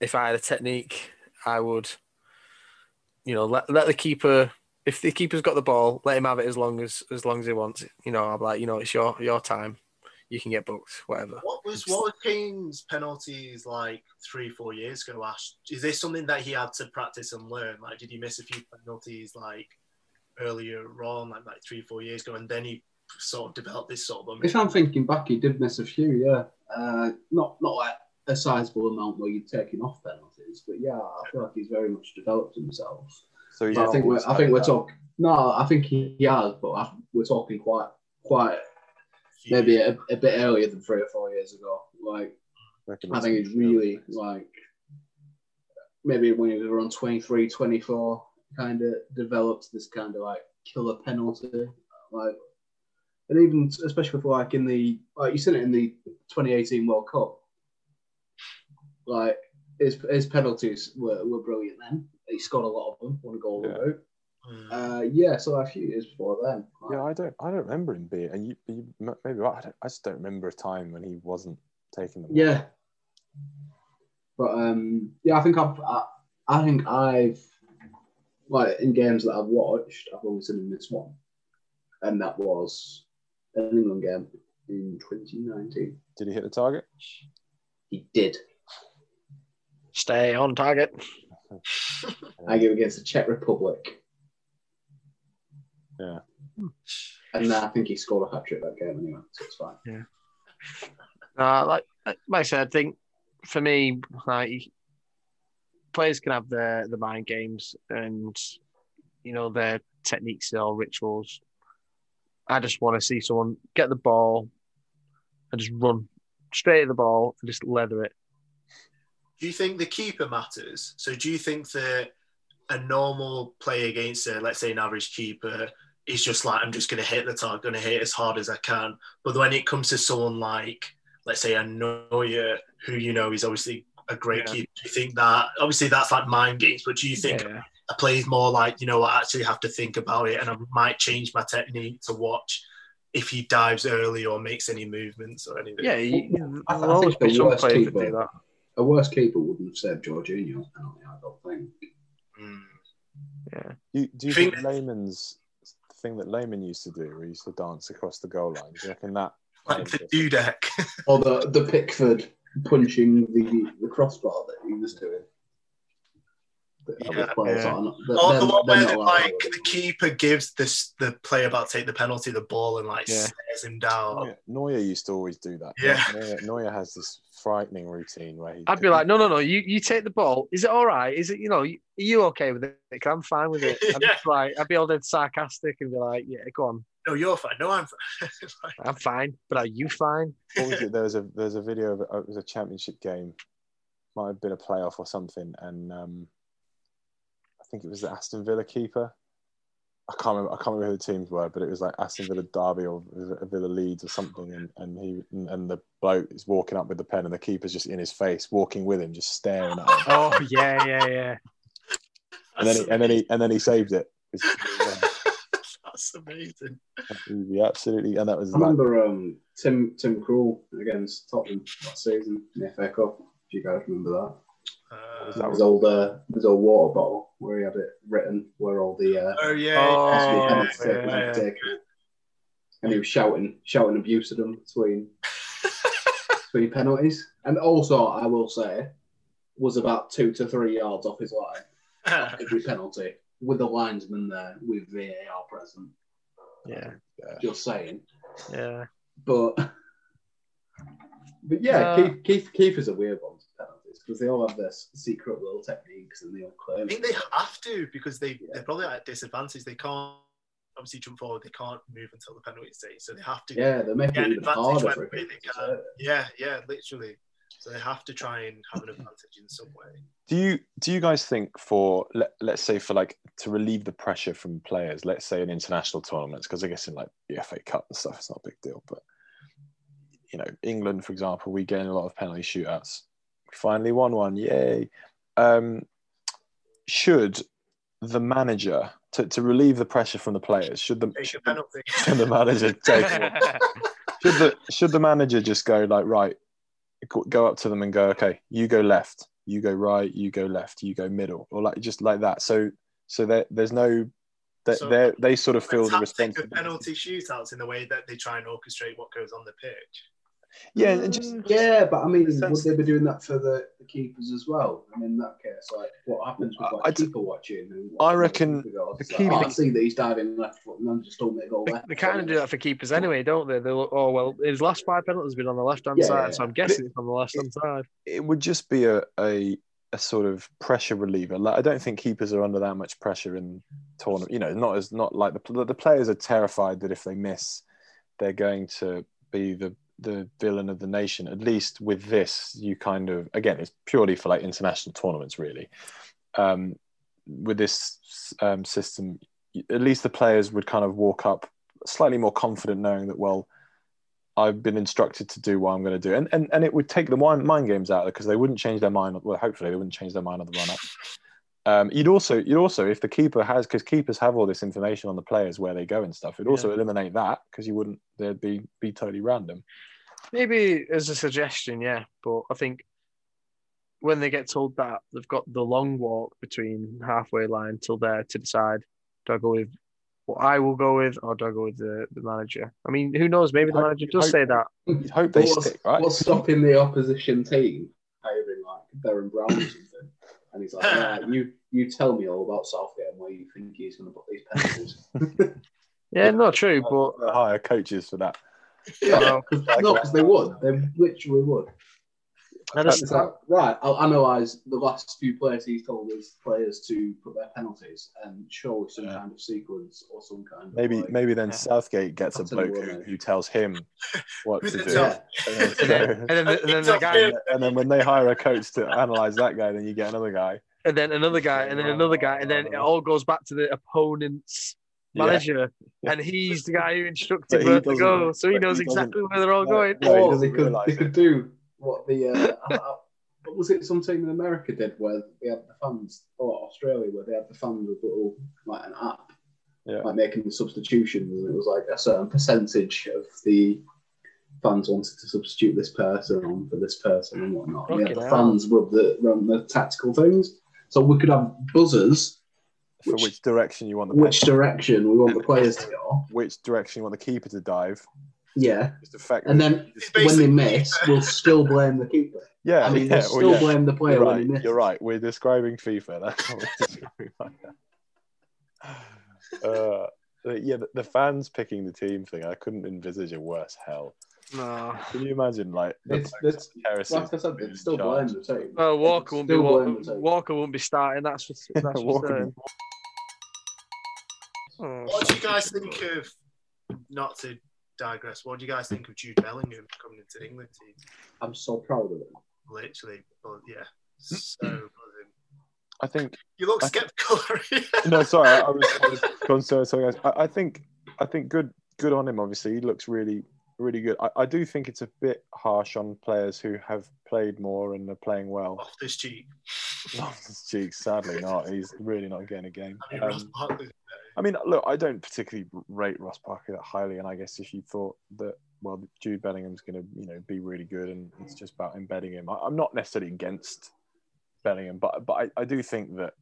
S5: if I had a technique, I would, you know, let let the keeper if the keeper's got the ball, let him have it as long as as long as he wants. it. You know, I'm like, you know, it's your your time. You can get booked, whatever.
S3: What was what was Kane's penalties like three, four years ago? Ash, is this something that he had to practice and learn? Like, did he miss a few penalties like earlier on, like like three, four years ago, and then he sort of developed this sort of?
S4: If I'm thinking back, he did miss a few. Yeah, uh, not not like a sizable amount where you're taking off penalties, but yeah, I feel like he's very much developed himself.
S1: So he's
S4: But I think we're,
S1: always
S4: I think
S1: had
S4: we're
S1: that.
S4: talking. No, I think he has, but I, we're talking quite quite maybe a, a bit earlier than three or four years ago. Like
S1: reckon
S4: I
S1: it's-
S4: think it's really like maybe when he was around 23, 24, kind of developed this kind of like killer penalty, like. And even especially for like in the like you seen it in the 2018 World Cup, like his, his penalties were, were brilliant then. He scored a lot of them, won a goal
S1: Yeah.
S4: yeah.
S3: Hmm.
S4: Uh, yeah, so a few years before then.
S1: Yeah, I don't. I don't remember him being. And you, you m- maybe right. I, don't, I just don't remember a time when he wasn't taking them.
S4: Yeah. But um, yeah, I think I've, I, I think I've, like in games that I've watched, I've only seen him miss one, and that was an England game in 2019.
S1: Did he hit the target?
S4: He did.
S2: Stay on target.
S4: I give against the Czech Republic. And then I think he scored a hat trick that game anyway, so it's fine.
S2: Uh, like like I said, I think for me, like players can have their the mind games and you know their techniques or rituals. I just want to see someone get the ball and just run straight at the ball and just leather it.
S3: Do you think the keeper matters? So do you think that a normal play against a let's say an average keeper is just like I'm just gonna hit the target, gonna hit as hard as I can. But when it comes to someone like let's say a Neuer, who you know is obviously a great
S2: Yeah.
S3: keeper, do you think that obviously that's like mind games, but do you think
S2: Yeah.
S3: a play is more like, you know, I actually have to think about it and I might change my technique to watch if he dives early or makes any movements or anything.
S2: Yeah, you, there'll
S4: I think
S2: always be
S4: the
S2: some
S4: worst
S2: players that
S4: keeper-
S2: do that.
S4: A worse keeper wouldn't have saved Jorginho's penalty, I don't think.
S3: Mm.
S1: Do, do you
S3: Think-
S1: think Lehman's the thing that Lehman used to do, where he used to dance across the goal line? Do you reckon that?
S3: Like the dudek.
S4: Or the, the Pickford punching the, the crossbar that he was doing. That other
S3: Yeah.
S4: players
S2: Yeah.
S4: are not-
S3: Or
S4: they're-
S3: the one
S4: they're
S3: where
S4: not
S3: the,
S4: allowed
S3: like
S4: to do
S3: the
S4: it.
S3: keeper gives this the player about to take the penalty the ball and like
S2: Yeah.
S3: stares him down.
S1: Neuer, Neuer used to always do that.
S3: Oh. Yeah.
S1: Neuer, Neuer has this frightening routine where he.
S2: I'd be like, no, no, no. You you take the ball. Is it all right? Is it you know? You, are you okay with it? Like, I'm fine with it. I'm
S3: Yeah.
S2: just like I'd be all dead sarcastic and be like, yeah, go on,
S3: No, you're fine. No, I'm fine. Like,
S2: I'm fine. But are you fine?
S1: what was it? There was a there's a video of it was a championship game, might have been a playoff or something, and um, I think it was the Aston Villa keeper. I can't remember. I can't remember who the teams were, but it was like Aston Villa Derby or Villa Leeds or something, and and he and, and the bloke is walking up with the pen, and the keeper's just in his face, walking with him, just staring at him,
S2: Oh yeah, yeah, yeah.
S1: and then
S3: that's,
S1: he, and then he and then he saved it. It's-
S3: that's amazing.
S1: yeah, absolutely, and that was
S4: I
S1: like,
S4: remember um, Tim Tim Krul against Tottenham last season in the FA Cup. Do you guys remember that?
S3: Uh,
S1: that
S4: His old uh, his old water bottle where he had it written where all the uh,
S3: oh yeah.
S2: Oh,
S3: yeah,
S4: penalties taken,
S2: yeah.
S4: had taken. and he was shouting shouting abuse at them between between penalties. And also, I will say, was about two to three yards off his line
S3: yeah.
S4: every penalty with the linesman there with VAR present.
S2: Yeah,
S4: Just saying.
S2: yeah.
S4: But but yeah,
S2: Uh,
S4: Keith, Keith Keith is a weird one to penalties because they all have their s- secret little techniques and they all
S3: I
S4: claim.
S3: think they have to because they they're probably at a disadvantage. They can't obviously jump forward. They can't move until the penalty stage, so they have to
S4: Yeah, they're making
S3: get
S4: it
S3: an
S4: even
S3: advantage
S4: harder
S3: when
S4: for a
S3: they
S4: keeper to
S3: can.
S4: save it.
S3: Yeah, yeah, literally. So they have to try and have an advantage in some way.
S1: do you do you guys think for let, let's say for like to relieve the pressure from players let's say in international tournaments because i guess in like the fa cup and stuff it's not a big deal but you know england for example we get in a lot of penalty shootouts We finally won one yay um should the manager to, to relieve the pressure from the players should the,
S3: Take a
S1: should the,
S3: penalty.
S1: should the manager take one? should the should the manager just go like right go- go up to them and go okay you go left you go right you go left you go middle or like just like that so so there, there's no that
S3: So-
S1: they they sort of feel the
S3: Tactic of
S1: responsibility
S3: penalty shootouts in the way that they try and orchestrate what goes on the pitch.
S1: yeah and just
S4: Yeah, but I mean, would
S1: Sense-
S4: they be doing that for the, the keepers as well? And in that case, like, what happens with like,
S1: I- I d-
S4: keeper watching? And
S1: I
S4: watching the
S1: reckon
S4: keeper goals?
S1: the
S4: It's like, oh, I
S1: keeper-
S4: see that he's diving left foot, and then just don't let it go
S2: They,
S4: left.
S2: they kind of do that for keepers anyway, don't they? They're like, oh well, his last five penalties been on the left hand
S4: Yeah,
S2: side,
S4: yeah,
S2: so I'm
S1: yeah.
S2: guessing it's on the left hand side.
S1: it would just be a, a a sort of pressure reliever. Like I don't think keepers are under that much pressure in tournament. You know, not as not like the pl- the players are terrified that if they miss, they're going to be the the villain of the nation. At least with this, you kind of again, it's purely for like international tournaments, really. Um, with this um, system, at least the players would kind of walk up slightly more confident, knowing that well, I've been instructed to do what I'm going to do, and and, and it would take the mind, mind games out because they wouldn't change their mind. Well, hopefully they wouldn't change their mind on the run up. Um, you'd also you'd also if the keeper has because keepers have all this information on the players where they go and stuff. It'd also eliminate that because you wouldn't they'd be be totally random.
S2: Maybe as a suggestion, yeah. But I think when they get told that they've got the long walk between halfway line till there to decide, do I go with what I will go with, or do I go with the, the manager? I mean, who knows? Maybe the
S1: I-
S2: manager does
S1: I-
S2: say that.
S1: You'd hope they
S4: what's,
S1: stick, right?
S4: what's stopping the opposition team hiring like Darren Brown or something? And he's like, yeah, you you tell me all about Southgate and where you think he's going to put these penalties.
S2: Yeah, not true, but
S1: They'll hire coaches for that.
S4: Yeah,
S2: Well,
S4: no, because they would. They literally would.
S2: I
S4: It's
S2: just-
S4: like, right, I'll analyse the last few players he's told his players to put their penalties and show some
S1: Yeah.
S4: kind of sequence or some kind of
S1: Maybe
S4: like-
S1: maybe then
S2: Yeah.
S1: Southgate gets a
S4: That's another
S1: bloke who,
S4: one. eh?
S1: who tells him what to do.
S4: yeah.
S1: And
S2: and then,
S1: then-
S2: and then, and then the guy,
S1: and then when they hire a coach to analyze that guy, then you get another guy.
S2: and then another guy, and then another guy, and then it all goes back to the opponent's
S1: Yeah.
S2: manager, and he's the guy who
S1: But
S2: instructed
S1: he
S2: where to
S1: doesn't-
S2: go, so
S1: but
S2: he
S1: he
S2: knows
S1: doesn't-
S2: exactly where they're all
S1: No,
S2: going.
S1: no, he
S4: or
S1: doesn't
S4: they could
S1: realise
S4: they
S1: it.
S4: could do what the uh, I- I- what was it some team in America did where they had the fans or Australia where they had the fans with little like an app
S1: Yeah.
S4: like making the substitutions and it was like a certain percentage of the fans wanted to substitute this person on for this person and whatnot. Yeah,
S2: Fucking
S4: the
S2: hell.
S4: fans run the run the tactical things. So we could have buzzers
S1: For
S4: Which-
S1: which direction you want the which,
S4: which direction we want the players to go.
S1: which direction you want the keeper to dive.
S4: Yeah.
S1: Just the fact
S4: And
S1: that-
S4: then
S3: It's
S4: when
S3: basically-
S4: they miss, we'll still blame the keeper.
S1: yeah,
S4: I mean,
S1: yeah,
S4: we'll
S1: well,
S4: still
S1: yeah.
S4: blame the player
S1: You're
S4: when
S1: right.
S4: he misses.
S1: You're right. We're describing FIFA. That's what we're describing. uh, but yeah, the, the fans picking the team thing. I couldn't envisage a worse hell.
S2: No.
S1: Can you imagine, like, the
S4: It's-
S1: blokes
S4: it's-
S1: on the terraces
S4: Like I said,
S1: being in
S4: they'd still blame
S1: charge?
S4: the team.
S2: Well, Walker won't be
S4: Still
S2: Walker,
S4: blame the team.
S2: Walker won't be starting. That's for, that's for
S1: Walker
S2: certain.
S3: What
S2: Oh,
S3: do you guys think of? Not to digress. What do you guys think of Jude Bellingham coming into the England team?
S4: I'm so proud of them.
S3: Literally, but yeah, so buzzing.
S1: I think.
S3: You look
S1: Hmm. I-
S3: skeptical.
S1: No, sorry. I was, I was concerned. Sorry, guys. I, I think. I think good. Good on him. Obviously, he looks really, really good. I, I do think it's a bit harsh on players who have played more and are playing well.
S3: off this cheek.
S1: Loftus Cheek, sadly not. He's really not getting a game.
S3: I mean, Ross
S1: Um,
S3: Barkley.
S1: I mean, look, I don't particularly rate Ross Barkley that highly, and I guess if you thought that, well, Jude Bellingham's going to, you know, be really good, and it's just about embedding him. I, I'm not necessarily against Bellingham, but but I, I do think that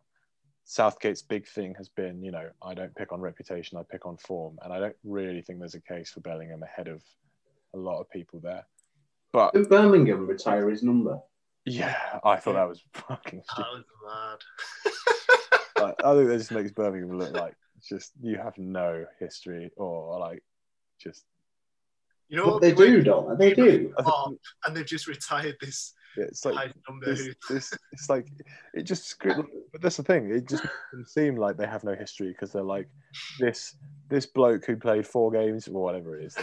S1: Southgate's big thing has been, you know, I don't pick on reputation, I pick on form, and I don't really think there's a case for Bellingham ahead of a lot of people there. But
S4: Did Birmingham retire his number?
S1: yeah, I thought that was fucking
S3: That
S1: stupid.
S3: was mad.
S1: I, I think that just makes Birmingham look like just you have no history or like just
S3: You know
S4: But
S3: what?
S4: they
S3: Wait,
S4: do, don't they? They do.
S3: oh, and they've just retired this
S1: it's like
S3: high number.
S1: it's,
S3: who-
S1: it's, it's like it just script but that's the thing it just makes them seem like they have no history because they're like this this bloke who played four games or whatever it is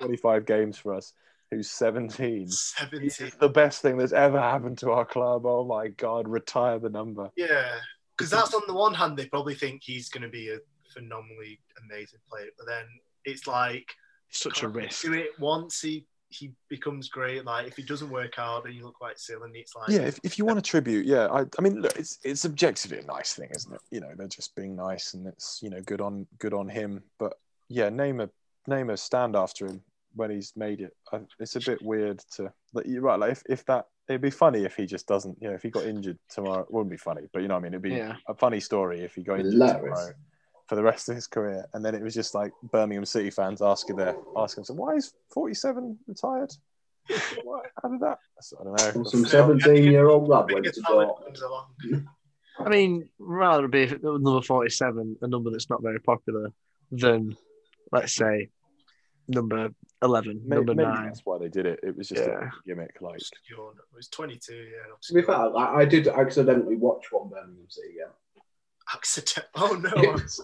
S1: 25 games for us who's 17 he's
S3: 17.
S1: the best thing that's ever happened to our club oh my god retire the number
S3: Yeah, because that's on the one hand, they probably think he's going to be a phenomenally amazing player, but then it's like
S2: such a risk.
S3: Do it once he he becomes great. Like if he doesn't work out, then you look quite silly. And it's like
S1: yeah if, if you want to tribute yeah I, I mean look it's it's objectively a nice thing isn't it you know they're just being nice and it's you know good on good on him but yeah name a name a stand after him when he's made it I, it's a bit weird to like you're right like if, if that it'd be funny if he just doesn't you know if he got injured tomorrow it wouldn't be funny but you know what i mean it'd be
S2: Yeah.
S1: a funny story if he got injured
S4: Hilarious.
S1: tomorrow for the rest of his career and then it was just like birmingham city fans asking their asking so why is 47 retired Why how did that i don't know
S4: From some 17 year old lad went
S3: biggest
S4: to
S3: talent
S4: Dortmund.
S3: comes along.
S2: I mean, rather it be number forty-seven, a number that's not very popular, than let's say number eleven,
S1: May-
S2: number
S1: maybe
S2: nine.
S1: that's why they did it. It was just
S2: Yeah.
S1: a gimmick, like
S3: It was 22. Yeah,
S4: To be
S3: obviously.
S4: fair, I, I did accidentally watch one Birmingham City game.
S3: Accident. Oh
S4: It
S3: no.
S4: was,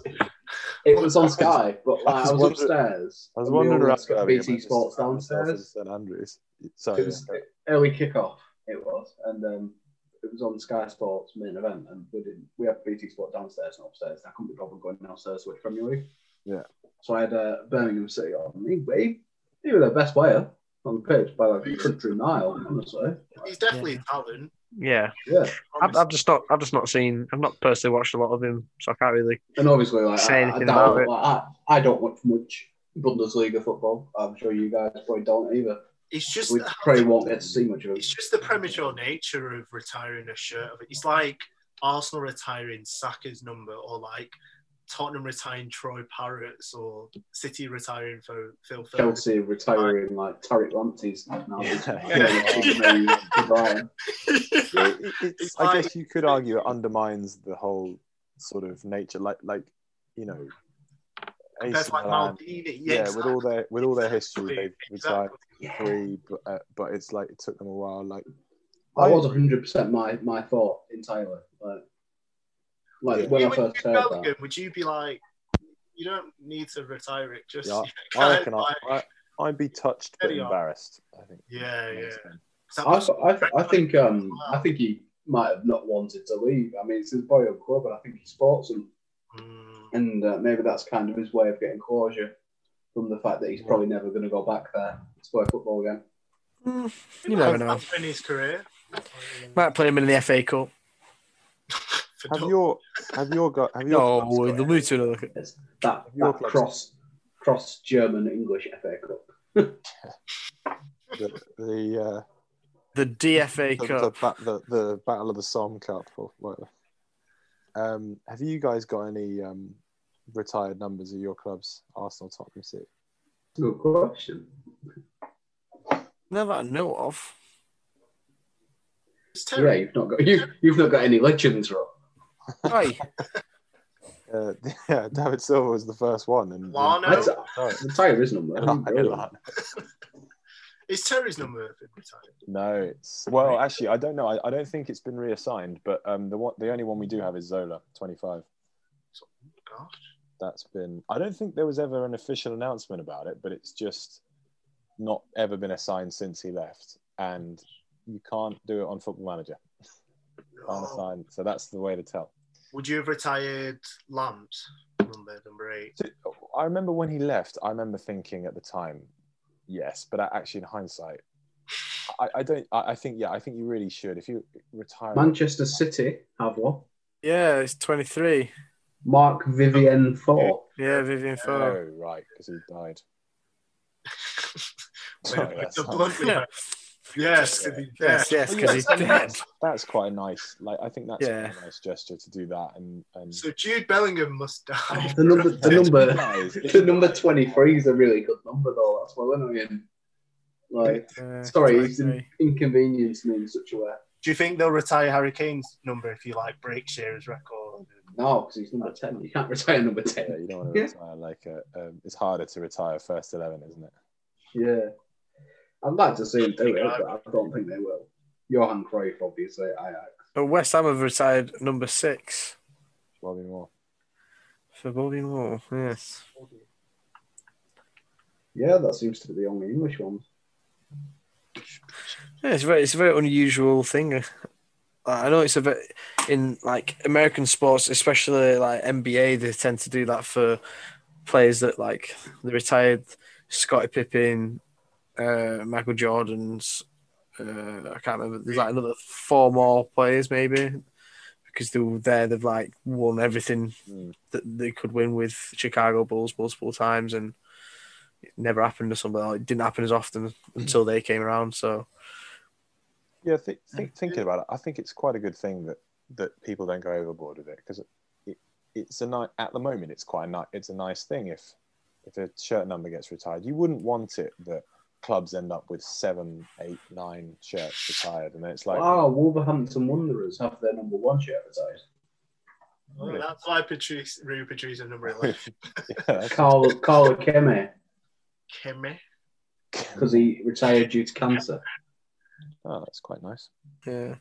S4: it was on Sky, but like, I
S1: I was
S4: was
S1: wondering-
S4: upstairs.
S1: I was
S4: and we
S1: wondering
S4: all
S1: around
S4: just got
S1: Birmingham,
S4: BT
S1: I just
S4: Sports
S1: found myself in
S4: downstairs.
S1: St Andrews.
S4: It
S1: Sorry,
S4: was
S1: yeah.
S4: early kickoff. It was, and um, it was on Sky Sports main event, and we didn't. We had BT Sport downstairs and upstairs. I couldn't be bothered going downstairs to watch Premier League.
S1: Yeah.
S4: So I had uh, Birmingham City on. He, he, he was their best player on the pitch by like a country mile, honestly.
S3: He's definitely a talent.
S2: Yeah,
S4: Yeah,
S2: I've, I've just not, I've just not seen, I've not personally watched a lot of him, so I can't really.
S4: and obviously, like,
S2: Say
S4: I, I,
S2: anything
S4: doubt-
S2: about it.
S4: like, I, I don't watch much Bundesliga football. I'm sure you guys probably don't either.
S3: It's just
S4: We probably won't get to see much of it.
S3: it's just the premature nature of retiring a shirt. of it. It's like Arsenal retiring Saka's number, or like Tottenham retiring Troy Parrots, or City retiring Phil Phil Foden.
S4: Chelsea retiring like Tariq Lamptey's now.
S1: Yeah.
S4: Yeah.
S1: Yeah, it- it- it's- I
S3: Like-
S1: guess you could argue it undermines the whole sort of nature, like like you know,
S3: Compared to like
S1: Milan.
S3: Maldini, yeah,
S1: yeah, with all their with all their history,
S3: exactly,
S1: they've
S3: exactly.
S1: retired three, but, uh, but it's like it took them a while. Like
S4: That was 100% my, my thought entirely. Like, like
S1: Yeah.
S4: when
S3: you
S4: I
S3: would,
S4: first
S3: do
S4: heard
S3: Bellingham,
S4: that.
S3: would you be like, you don't need to retire it? Just
S1: Yeah,
S3: you
S1: I
S3: kind
S1: reckon
S3: of
S1: I,
S3: like-
S1: I I'd be touched but
S3: Steady on.
S1: embarrassed. I think.
S3: yeah, yeah.
S4: I, I, I think um, I think he might have not wanted to leave. I mean, it's his boyhood club, and I think he supports him.
S3: Mm,
S4: And uh, maybe that's kind of his way of getting closure from the fact that he's probably never going to go back there to play football again.
S2: You never know.
S3: that's been his career.
S2: Might play him in the FA Cup.
S3: For
S1: Have
S3: no-
S1: your have your got have your
S2: No,
S1: clubs got
S2: they'll move to another.
S4: It's that,
S1: Your
S4: that
S1: club's-
S4: cross cross German English FA Cup.
S1: the the, uh,
S2: The DFA
S1: the, the,
S2: Cup.
S1: ba- the the Battle of the Somme Cup or whatever. Um, have you guys got any um, retired numbers of your clubs? Arsenal, Tottenham, City.
S4: Good question.
S2: None that I know of.
S3: It's
S4: Yeah,
S3: terrible.
S4: you've not got you, you've not got any legends, Rob.
S2: Aye.
S1: Uh, yeah, David Silva was the first one, and
S3: Lano?
S1: and-
S4: That's, the tire is number.
S1: Lano, Lano.
S3: Is Terry's number been retired?
S1: No, it's well, actually, I don't know. I, I don't think it's been reassigned, but um, the one, the only one we do have is Zola, twenty-five.
S3: So, gosh.
S1: That's been. I don't think there was ever an official announcement about it, but it's just not ever been assigned since he left, and you can't do it on Football Manager. Can't
S3: Oh.
S1: assign, so that's the way to tell.
S3: Would you have retired Lambs number number eight?
S1: So, I remember when he left. I remember thinking at the time, yes, but I- actually in hindsight, I, I don't. I, I think yeah, I think you really should if you retire.
S4: Manchester City have one.
S2: Yeah, it's 23.
S4: Mark Vivian Thorpe.
S2: Yeah, Vivian
S1: Oh
S2: Four.
S1: right, because he died. Sorry,
S3: Wait,
S1: that's
S3: the
S1: not-
S3: bluntly,
S2: Yeah.
S3: yes,
S1: Yeah.
S3: yes,
S2: Yes, yes, because he's
S1: Well, yeah,
S2: dead.
S1: That's quite a nice. Like I think that's
S2: Yeah.
S1: quite a nice gesture to do that. And and
S3: So Jude Bellingham must die.
S4: The number, the number,
S1: Nice.
S4: the number twenty-three is a really good number, though. That's why we're in. Like,
S2: Uh,
S4: sorry, he's
S2: 23.
S4: in, inconvenienced me in such a way.
S3: Do you think they'll retire Harry Kane's number if you like break Shearer's record?
S4: No, because he's number ten. You can't retire number
S1: yeah,
S4: ten.
S1: you don't want to
S4: Yeah.
S1: retire like a. Um, it's harder to retire first eleven, isn't it?
S4: Yeah, I'd like to see him do it, but I don't think they will. Johan Cruyff, obviously. I, I
S2: But West Ham have retired number six
S1: Bobby Moore.
S2: for Bobby Moore. Yes.
S4: yeah, that seems to be the only English one.
S2: Yeah, it's very, it's a very unusual thing. Uh, I know it's a bit in like American sports, especially like NBA. They tend to do that for players that like the retired Scottie Pippen, uh, Michael Jordan's. Uh, I can't remember. There's like another four more players maybe because they were there. They've like won everything
S1: Mm.
S2: that they could win with Chicago Bulls multiple times, and it never happened to somebody. Like, it didn't happen as often until they came around. So.
S1: Yeah, th- think, thinking about it, I think it's quite a good thing that that people don't go overboard with it because it, it it's a nice at the moment. It's quite a nice. It's a nice thing if if a shirt number gets retired. You wouldn't want it that clubs end up with seven, eight, nine shirts retired, and then it's like
S4: wow, Wolverhampton Wanderers have their number one shirt retired.
S3: Oh, that's why Patrice, Rui Patrice is number 11.
S1: yeah,
S4: Carl Carl Keme
S3: Kemi.
S4: because he retired due to cancer.
S1: oh, that's quite nice.
S2: Yeah.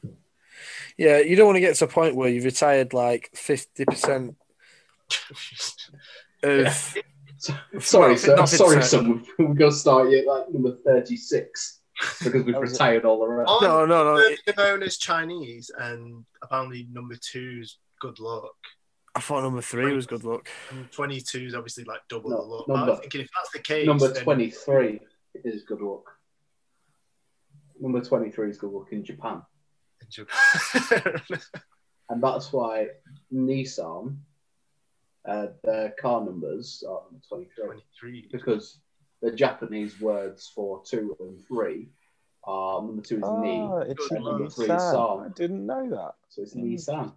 S2: Yeah, you don't want to get to a point where you've retired like 50% of.
S4: Sorry, sir.
S2: not
S4: sorry,
S1: uh,
S2: fifty
S4: son. We're gonna start you at like number thirty-six because we've
S1: That was it.
S4: retired all the rest.
S3: Oh,
S2: No, no, no. it-
S3: The known as Chinese, and apparently number two's good luck.
S2: I thought number three was good luck.
S3: And 22 is obviously like double
S4: No,
S3: the luck. I was
S4: number-
S3: thinking if that's the case,
S4: Number
S3: then-
S4: twenty-three is good luck. Number twenty-three is good luck in Japan, and that's why Nissan, uh, their car numbers are number twenty-three
S3: 23.
S4: because the Japanese words for two and three are number two is
S1: Ah,
S4: ni,
S1: it's
S3: Good
S1: Nissan.
S3: luck.
S4: Nissan.
S1: I didn't know that.
S4: so it's Nissan.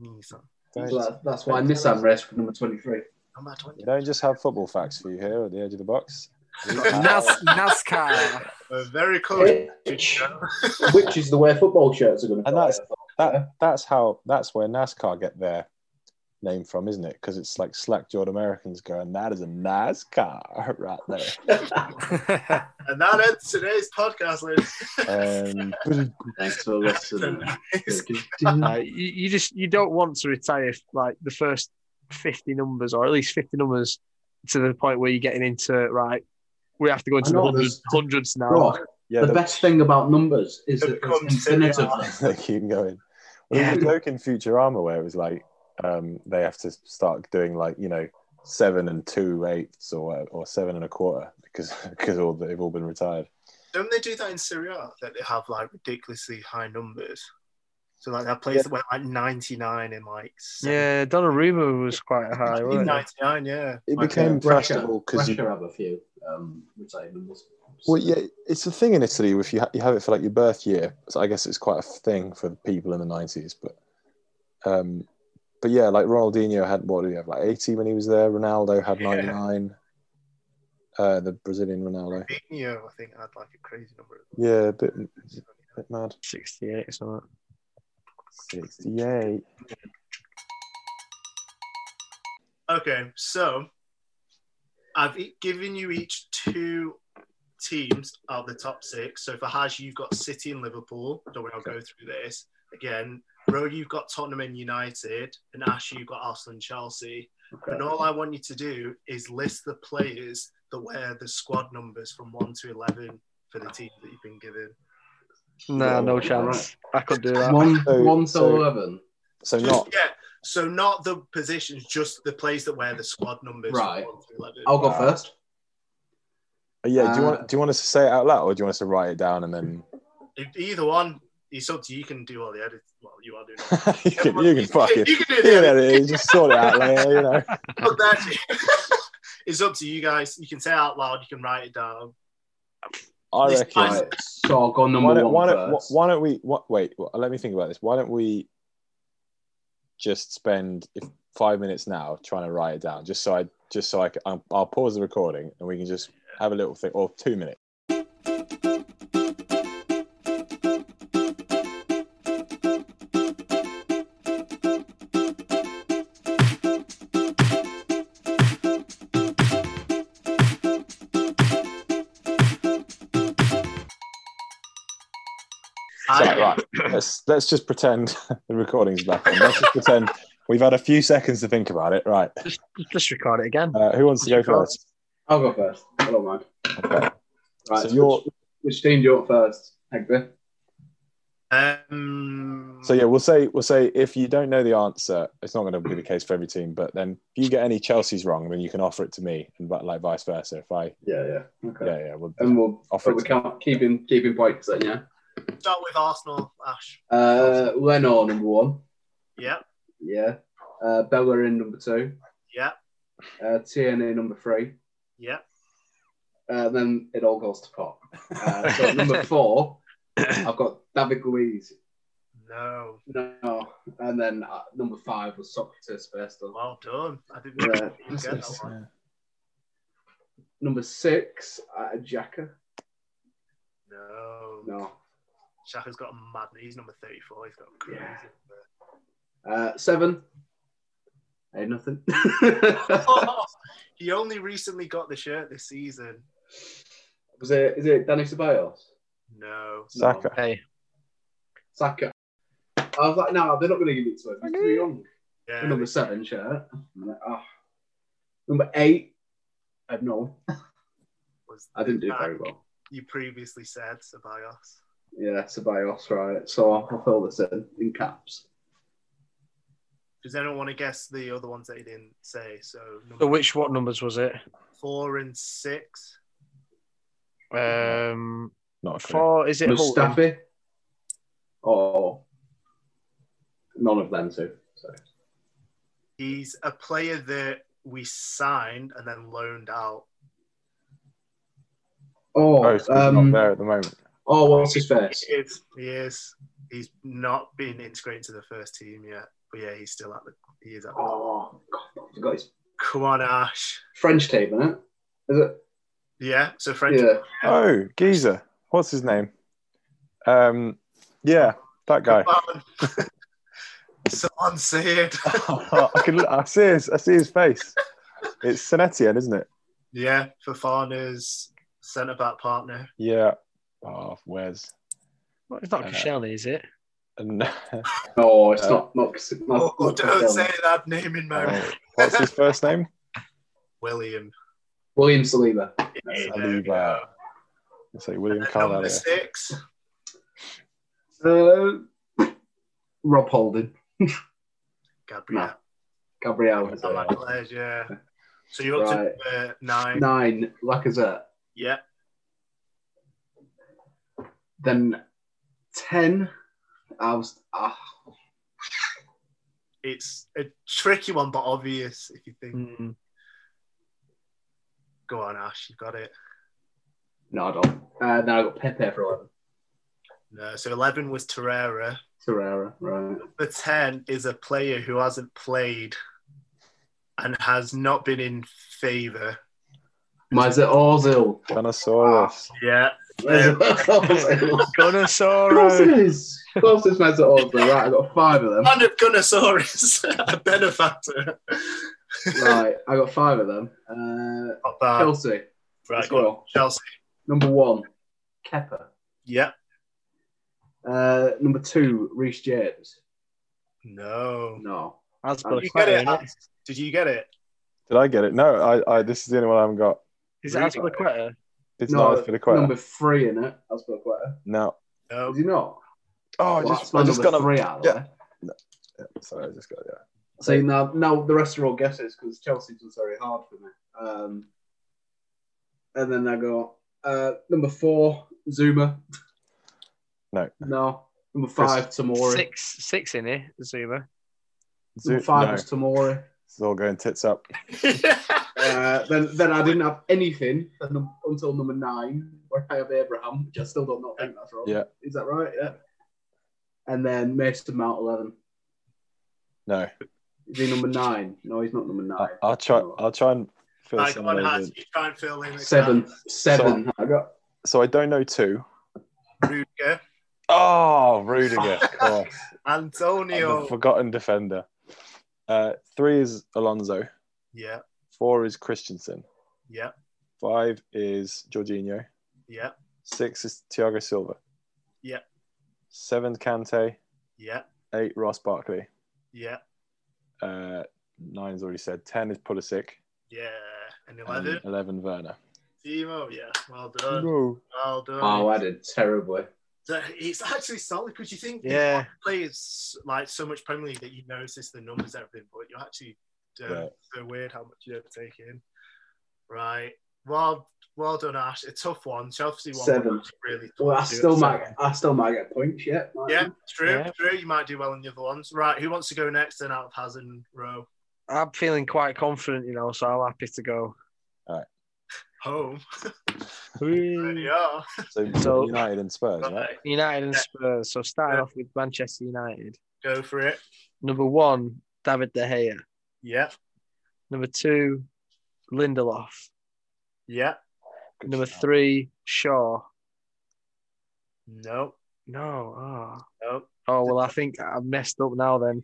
S3: Nissan.
S4: So
S1: Don't,
S4: that, that's why
S1: Don't-
S4: Nissan raced for number twenty-three.
S3: Number
S1: you
S3: 20.
S1: don't just have football facts for you here at the edge of the box.
S2: Nas- NASCAR.
S3: We're very close.
S4: Which, which is the way football shirts are going to
S1: And
S4: go.
S1: that's- That that's how that's where NASCAR get their name from, isn't it? Because it's like slack-jawed Americans going, "That is a nice car right there."
S3: and that ends today's podcast, ladies.
S1: Um,
S4: Thanks for listening.
S2: Uh, you, you just you don't want to retire like the first fifty numbers or at least fifty numbers to the point where you're getting into right. We have to go into
S4: I
S2: the
S4: know,
S2: hundreds,
S4: there's-
S2: hundreds now.
S4: Rock,
S1: um, yeah,
S4: the
S1: the-
S4: best thing about numbers is
S3: It
S4: that there's
S3: becomes
S4: infinite
S3: infinite.
S4: of them.
S1: they keep going. Well, there's a joke in Futurama where it was like um, they have to start doing like you know seven and two eighths or or seven and a quarter because because all they've all been retired.
S3: Don't they do that in Serie A that they have like ridiculously high numbers? So like that place
S1: Yeah.
S3: that went like 99 in like
S2: Yeah, Donnarumma was quite high, wasn't it?
S3: 99, yeah.
S1: It
S3: Like,
S4: uh,
S1: became
S4: Russia,
S1: fashionable because
S4: Russia
S1: you.
S4: have a few um, retired numbers.
S1: Well, yeah, it's a thing in Italy. If you ha- you have it for like your birth year, so I guess it's quite a thing for people in the nineties. But, um, but yeah, like Ronaldinho had what did he have like eighty when he was there. Ronaldo had
S3: Yeah.
S1: ninety nine. Uh, the Brazilian Ronaldo.
S3: Mourinho, I think, had like a crazy number. Of
S1: Yeah, a bit,
S3: numbers.
S1: bit mad.
S2: Sixty-eight or something.
S1: Sixty-eight.
S3: Okay, so I've e- given you each two teams out of the top six. So for Haj, you've got City and Liverpool. Don't worry, I'll go through this again. Ro, you've got Tottenham and United, and Ash, you've got Arsenal and Chelsea. And all I want you to do is list the players that wear the squad numbers from one to eleven for the team that you've been given.
S2: No, no
S4: Yeah.
S2: chance. I could do that.
S4: One,
S1: So-
S4: one to
S1: so-
S4: eleven.
S1: So
S3: Just-
S1: not
S3: yeah. So not the positions, just the players that wear the squad numbers
S4: Right.
S3: from one to eleven.
S4: I'll go
S1: Uh,
S4: first.
S1: yeah. Do you
S4: Uh,
S1: want do you want us to say it out loud or do you want us to write it down and then
S3: If Either one. It's up to you. You can do all the edits. Well, you are doing. All
S1: you can you can fucking
S3: You can do
S1: you
S3: the edit.
S1: know, you just sort it out later, you know.
S3: Fuck that. it's up to you guys. You can say it out loud. You can write it down.
S1: I
S3: This
S1: reckon.
S3: guy's
S4: Right, so I'll go number
S1: why don't,
S4: one
S1: why, don't,
S4: first.
S1: why don't we what, wait wh- let me think about this why don't we just spend if five minutes now trying to write it down just so i just so i c- I'll- i'll pause the recording and we can just have a little thing or two minutes So,
S3: I-
S1: right, let's let's just pretend the recording's back on. Let's just pretend we've had a few seconds to think about it. Right,
S2: Just record it again.
S1: uh, who wants to go first?
S4: I'll go first. I don't mind.
S1: Okay.
S4: Right,
S1: So you're-
S4: which, which team do you want first, Hegby?
S3: Um,
S1: So yeah, we'll say we'll say if you don't know the answer, it's not going to be the case for every team. But then if you get any Chelsea's wrong, then you can offer it to me, and but like vice versa. If I
S4: Yeah, yeah. Okay.
S1: yeah yeah, we'll,
S4: And we'll
S1: I'll
S4: but
S1: fix
S4: we
S1: it.
S4: can't keep him keeping points then, yeah.
S3: start with Arsenal, Ash.
S4: Uh Leno number one.
S3: Yeah,
S4: Yeah. Uh Bellerin number two.
S3: yeah,
S4: Uh TNA number three.
S3: yeah.
S4: Uh, then it all goes to pot. Uh, so at number four, I've got David Luiz.
S3: No,
S4: No. And then uh, number five was Socrates first. Of.
S3: well done. I didn't
S4: Yeah.
S3: even get that one.
S4: Number six, uh, Jacker.
S3: No,
S4: No.
S3: Shaka's got a mad. He's number thirty-four. He's got a crazy.
S4: Yeah.
S3: number.
S4: Uh, seven. Hey, nothing.
S3: he only recently got the shirt this season.
S4: was it? Is it Danny Ceballos?
S3: No,
S1: Saka.
S2: Hey,
S4: Saka. I was like, no, they're not going to give it to him. He's too young.
S3: yeah.
S4: Number seven shirt. I'm like, ah. Number eight. I have no.
S3: was
S4: I didn't do very well.
S3: You previously said Ceballos.
S4: Yeah, Ceballos, right. So I'll fill this in in caps.
S3: Does anyone want to guess the other ones that he didn't say? So number
S2: so which what numbers was it?
S3: four and six.
S2: Um,
S1: Not a clue.
S2: four. Is it Hulton?
S4: Mustafi. Oh, none of them two. So.
S3: He's a player that we signed and then loaned out.
S1: Oh,
S4: Oh,
S1: so he's
S4: um,
S1: not there at the moment.
S4: oh, what's his face?
S3: He is. He is. He's not been integrated to the first team yet. But yeah, he's still at the. He is at the.
S4: Oh, God, I forgot his
S3: Come on, Ash.
S4: French team, isn't it? Is it?
S3: Yeah. So French.
S4: Yeah.
S1: Oh, Geezer. What's his name? Um, yeah, that guy.
S3: Come on. It's on Sid.
S1: I can look, I see his I see his face. It's San Etienne, isn't it?
S3: yeah, Fafana's centre back partner.
S1: Yeah. Oh, where's
S2: Well, it's not
S1: Uh,
S2: Koscielny, is it?
S1: and
S4: No, it's
S1: Uh,
S4: not. Not. not,
S3: Oh,
S4: not
S3: don't say that name in my
S1: oh, what's his first name?
S3: William.
S4: William Saliba.
S3: Yeah,
S1: Saliba.
S3: there we go.
S1: It's like William
S3: And number
S1: Carvalho.
S3: six.
S4: Uh, Rob Holden.
S3: Gabriel.
S4: Gabriel.
S1: That's
S3: Nah,
S1: it.
S3: yeah. So you're up to uh, nine.
S4: Nine. Lacazette.
S3: Yeah.
S4: Then ten. I was. ah,
S3: It's a tricky one, but obvious if you think.
S2: Mm.
S3: Go on, Ash, you got it.
S4: no, I don't. Uh, then I got Pepe for eleven.
S3: No, so 11 was Torreira.
S4: Torreira. Right.
S3: The 10 is a player who hasn't played and has not been in favour.
S4: Mazer Ozil.
S1: Dinosaurus.
S3: Yeah.
S4: Mesut Ozil. Of course it
S2: Gonosaurus.
S4: is. Of course it's Mesut Ozil. Right, I got five of them.
S3: Land of Gunnosaurus, a benefactor.
S4: Right, I got five of them. Uh,
S3: Not bad.
S4: Chelsea.
S3: right,
S4: as
S3: go on.
S4: well.
S3: Chelsea.
S4: Number one, Kepper.
S3: Yeah.
S4: Uh, number two, Reece James.
S3: No.
S4: No.
S2: That's
S4: You
S2: both
S3: You get it.
S2: innit?
S3: Ash? Did you get it?
S1: Did I get it? No, I, I this is the only one I haven't got.
S2: Is it Aspilicueta?
S1: It's
S4: no,
S1: not Aspilicueta.
S4: number three in it. That's Aspilicueta.
S1: No.
S3: No.
S4: Is he not?
S1: Oh, I
S4: Well,
S1: just
S4: that's my
S1: I just
S4: number
S1: got a,
S4: three out of
S1: yeah.
S4: there.
S1: sorry, I just got yeah.
S4: So now, now the rest are all guesses because Chelsea was very hard for me. Um, and then I got uh, number four, Zuma.
S1: No.
S4: No. Number five, Tamori.
S2: Six, six in here, Zuma.
S1: Zoo-
S4: Number five
S1: no,
S4: was Tamori.
S1: it's all going tits up.
S4: Uh, then, then I didn't have anything for num- until number nine, where I have Abraham, which I still don't know. Think that's wrong.
S1: Yeah.
S4: is that right? Yeah. And then Mason Mount eleven.
S1: No.
S4: Is he number nine? No, he's not number
S1: I,
S4: nine.
S1: I'll try
S4: No.
S1: I'll try and fill
S3: Like
S1: some
S3: one
S1: of those
S3: has
S1: in.
S3: you try and fill in a
S4: Seven.
S3: gap.
S4: Seven. I got.
S1: So I don't know two.
S3: Rudiger,
S1: Oh, Rudiger, of course. I'm
S3: Antonio.
S1: a forgotten defender. Uh, three is Alonso.
S3: yeah,
S1: Four is Christensen.
S3: yeah,
S1: Five is Jorginho.
S3: yeah,
S1: Six is Thiago Silva.
S3: Yeah.
S1: Seven Kante.
S3: yeah,
S1: Eight Ross Barkley.
S3: yeah,
S1: Uh, nine's already said. Ten is Pulisic.
S3: yeah. And
S1: and
S3: eleven,
S1: Eleven Werner.
S3: Timo. Yeah, well
S2: Uh,
S3: done,
S1: No.
S3: well done.
S4: Oh, I did terribly.
S3: So It's actually solid because you think
S2: Yeah.
S3: players like so much Premier League that you notice the numbers and everything, but you actually don't.
S1: Yeah.
S3: It's So weird how much you don't take in. Right. Well, well done, Ash. A tough one. Chelsea won.
S4: Seven.
S3: but Really. tough
S4: Well, I
S3: to do at
S4: still might.
S3: seven.
S4: I still might get points yet. might
S3: Yeah,
S4: I?
S3: true,
S2: Yeah.
S3: true. You might do well in the other ones. Right, who wants to go next then out of Hazard and Rowe?
S2: I'm feeling quite confident, you know, so I'm happy to go.
S3: Home. Mm.
S2: Whee!
S3: Yeah.
S1: So,
S2: So-
S1: United and Spurs, right?
S3: Right,
S2: United and Spurs. So starting off with Manchester United.
S3: Go for it.
S2: Number one, David De Gea.
S3: Yeah.
S2: Number two, Lindelof.
S3: Yeah.
S1: Good
S2: Number
S1: shout.
S2: three, Shaw.
S3: No.
S2: No. Oh.
S3: No.
S2: oh, well, I think I've messed up now then.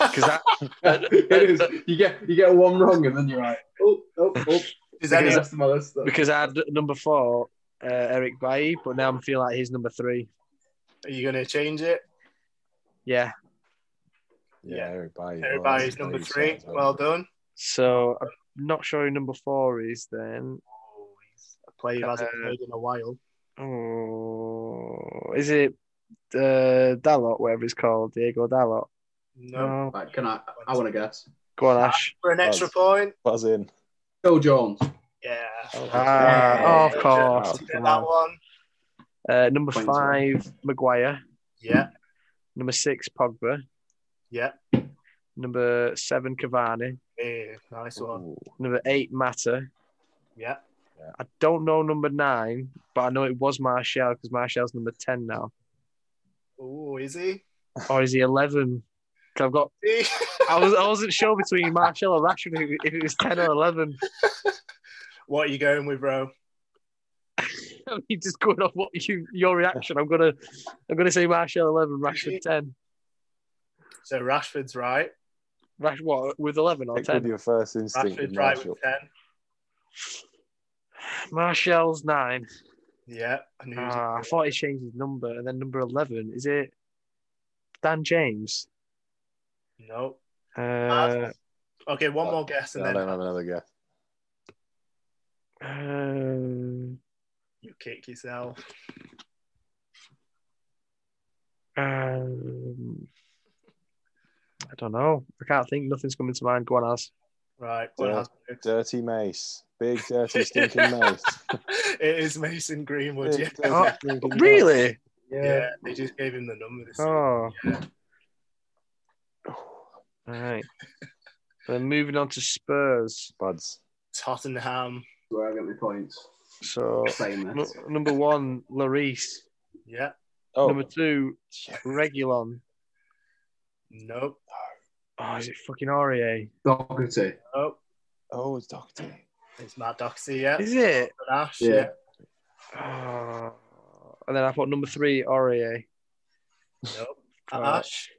S2: Because that,
S4: it is. You get you get one wrong and then you're like, oh, oh, oh.
S3: Is
S4: Then
S3: any
S4: the rest of my list. though.
S2: because I had number four, uh, Eric Bailly, but now I'm feeling like he's number three.
S3: are you gonna change it?
S2: Yeah.
S1: Yeah, Eric Bailly.
S3: Everybody's number three. Well done.
S2: So I'm not sure who number four is then.
S3: Oh, he's a player who hasn't
S2: Uh,
S3: played in a while.
S2: Oh, is it uh, Dalot, whatever he's called? Diego Dalot?
S3: No.
S2: No.
S4: Right, can I? I want to guess.
S2: Go on, Ash.
S3: For an extra
S1: Buzz.
S3: point. Oh,
S1: Buzz in.
S4: Phil Jones.
S3: Yeah.
S1: Oh, Uh,
S2: Ah,
S3: Yeah.
S2: of course.
S3: You get that one.
S2: Uh, number
S4: Queen's
S2: five, Maguire.
S3: Yeah.
S2: Number six, Pogba.
S3: Yeah.
S2: Number seven, Cavani.
S3: Yeah. Nice one.
S1: Ooh,
S2: Number eight, Mata.
S3: Yeah.
S2: I don't know number nine, but I know it was Martial because Martial's number 10 now.
S3: Oh, is he?
S2: Or is he 11? 'Cause I've got,
S3: He-
S2: I, was, I wasn't sure between Martial or Rashford if it- if it was 10 or 11.
S3: what are you going with, bro?
S2: I mean, just going off what you, your reaction, I'm gonna, I'm gonna say Martial 11, Rashford 10.
S3: So Rashford's right.
S2: Rash, what with eleven or
S1: Stick with
S2: ten?
S1: your first instinct. with
S3: Rashford's right
S1: Martial.
S3: with ten.
S2: Martial's nine.
S3: Yeah, I knew. he was
S2: Ah, I thought he changed his number, and then number eleven is it Dan James?
S3: no.
S2: Uh,
S3: Okay, one
S1: Uh,
S3: more guess, and
S1: I
S3: then
S1: don't have another guess.
S2: uh, um,
S3: you kick yourself.
S2: um, I don't know. I can't think. Nothing's coming to mind. Go on, as
S3: Right.
S1: Yeah.
S3: Well,
S1: Dirty Mace. Big, dirty, stinking Mace.
S3: it is Mason Greenwood. Yeah.
S1: Big, dirty,
S2: Oh,
S1: stinking Mace.
S2: really?
S3: yeah, they just gave him the number. This
S2: Oh,
S3: Yeah.
S2: all right. Then moving on to Spurs.
S1: Buds.
S3: Tottenham.
S4: Where I get my points.
S2: So
S4: Same
S2: n-
S4: as-
S2: number one, Lloris.
S3: Yeah.
S1: Oh,
S2: Number two, Regulon.
S3: Nope.
S2: Oh, is it fucking Aurier?
S4: Doherty.
S3: Nope.
S1: oh, it's Doctor.
S3: It's Matt Doxy. Yeah.
S2: Is it?
S3: Ash.
S4: Yeah.
S3: Yeah.
S2: Oh. And then I put number three, Aurier.
S3: Nope. Uh-huh.
S2: Right.
S3: Ash.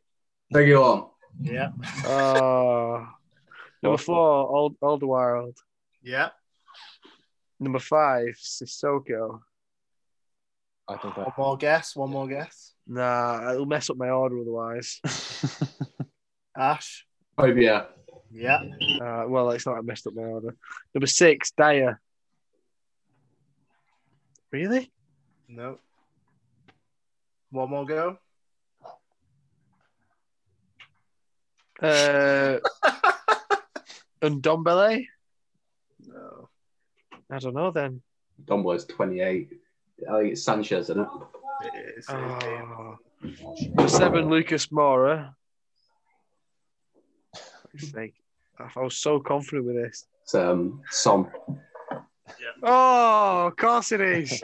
S4: Take you on.
S3: Yeah.
S2: Oh. Number four, Old Alderweireld.
S3: Yeah.
S2: Number five, Sissoko.
S1: I think
S3: One more guess. One more guess.
S2: Nah, it'll mess up my order otherwise.
S1: that.
S3: Ash.
S4: Oh, yeah.
S3: Yeah.
S2: Uh, well, it's not. I messed up my order. Number six, Dyer. Really?
S3: Nope. One more go.
S2: Uh, and Dombele?
S3: no.
S2: I don't know then.
S4: Domboy's 28. I think it's Sanchez, isn't it?
S3: It is. it is.
S2: Oh. Number seven, Lucas Mora. Fuck's sake. I I was so confident with this.
S4: It's um, Son.
S2: Oh, of course it is.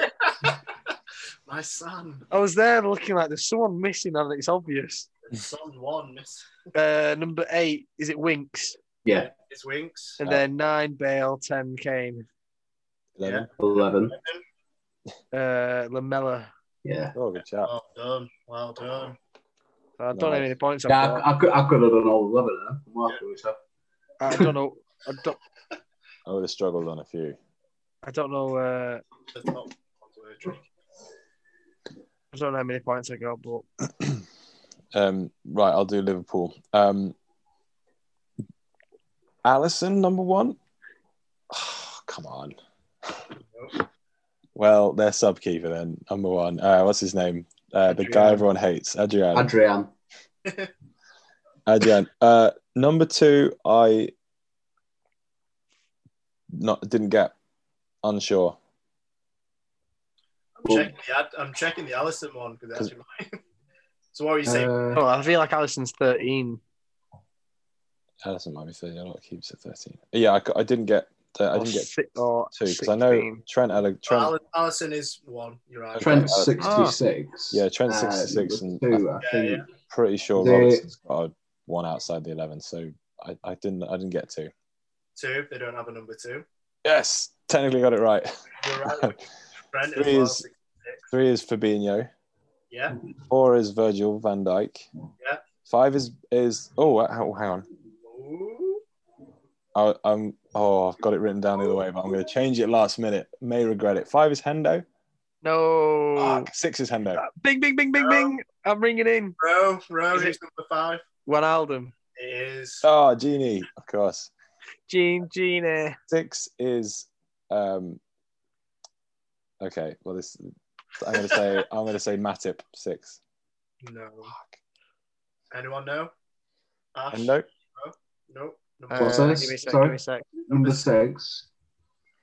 S3: My son.
S2: I was there looking like there's someone missing and it's obvious.
S3: Son one. Miss.
S2: Uh, number eight, is it Winks?
S4: Yeah,
S3: It's Winks.
S2: And then nine, Bale, 10, Kane,
S1: Eleven.
S4: 11.
S2: uh, Lamella.
S4: Yeah.
S1: Oh, good chap.
S3: Well done. Well done.
S2: I don't have
S1: Nice.
S2: any points. I've
S4: Yeah,
S2: got.
S4: I, I, could, I could have done all 11 huh? Come on, do it, huh?
S2: I don't know. I don't.
S1: I would have struggled on a few.
S2: I don't know. Uh,
S3: The top ones were tricky.
S2: I don't know how many points I got, but
S1: Um, right, I'll do Liverpool. Um, Allison, number one. Oh, come on.
S3: Nope.
S1: Well, their sub keeper then, number one. Uh, what's his name? Uh, the guy
S2: Adrian.
S1: everyone hates, Adrian.
S4: Adrian.
S1: Adrian. Uh, number two, I not didn't get. Unsure.
S3: I'm checking the ad- I'm checking the Allison one because that's in mine. so what were you saying?
S4: Uh,
S2: oh, I feel like Allison's thirteen.
S1: Allison might be thirteen. I don't know, keeps at thirteen. Yeah, I, c- I didn't get. Uh, I
S2: or
S1: didn't get
S2: si- or
S1: two because I know
S2: 16.
S1: Trent. Ale- Trent
S3: Alli- Allison is one. You're right.
S1: Okay.
S4: Trent
S1: Oh.
S4: 66.
S1: Yeah, Trent
S4: Uh,
S1: 66 and-
S4: two, I
S3: Yeah,
S4: think.
S3: yeah.
S1: pretty sure
S4: The-
S1: Robertson's got a one outside the eleven, so I, I didn't I didn't get two.
S3: Two. They don't have a number two.
S1: Yes, technically got it right.
S3: You're right. Brent
S1: Three
S3: is, well,
S1: is-
S3: six-
S1: Three is Fabinho,
S3: Yeah.
S1: four is Virgil Van Dijk,
S3: Yeah.
S1: five is is oh h- oh, hang on
S3: Ooh.
S1: I, I'm oh I've got it written down the other way, but I'm going to change it last minute. May regret it. Five is Hendo.
S2: No.
S1: Fuck, six is Hendo.
S2: Bing, bing, bing, bing,
S3: No.
S2: bing. I'm ringing in.
S3: Row, row
S2: Is it-
S3: is number five.
S2: Wijnaldum.
S3: It is
S1: Oh, Genie, of course.
S2: Gene, eh. Gene.
S1: Six is um. Okay, well this I'm going to say I'm going to say Matip six.
S3: no.
S1: Fuck.
S3: Anyone know? Ash?
S1: And no,
S3: No. Number
S2: Uh,
S4: What's
S3: one.
S4: this?
S2: Give me a sec. Give
S4: Sorry?
S2: me a sec.
S4: Number six.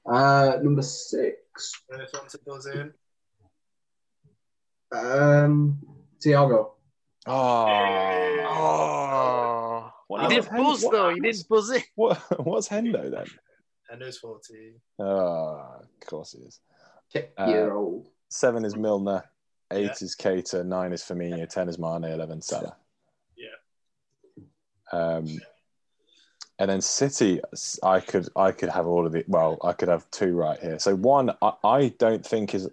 S4: Uh, number six.
S3: First one to buzz in.
S4: Um, Tiago.
S1: Oh,
S2: Oh.
S1: What
S2: You
S1: about
S2: didn't
S1: Hen-
S2: buzz
S1: what-
S2: though. You didn't buzz it.
S1: What, what's Hendo then?
S3: Hendo's 14.
S1: Oh, of course it is.
S4: Check
S1: Uh,
S4: year old.
S1: Seven is Milner. Eight
S3: Yeah.
S1: is Cater. Nine is Firmino. Ten is Mane. Eleven Salah.
S3: Yeah.
S1: Um, and then City, s- I could I could have all of the well, I could have two right here. So one, I, I don't think is,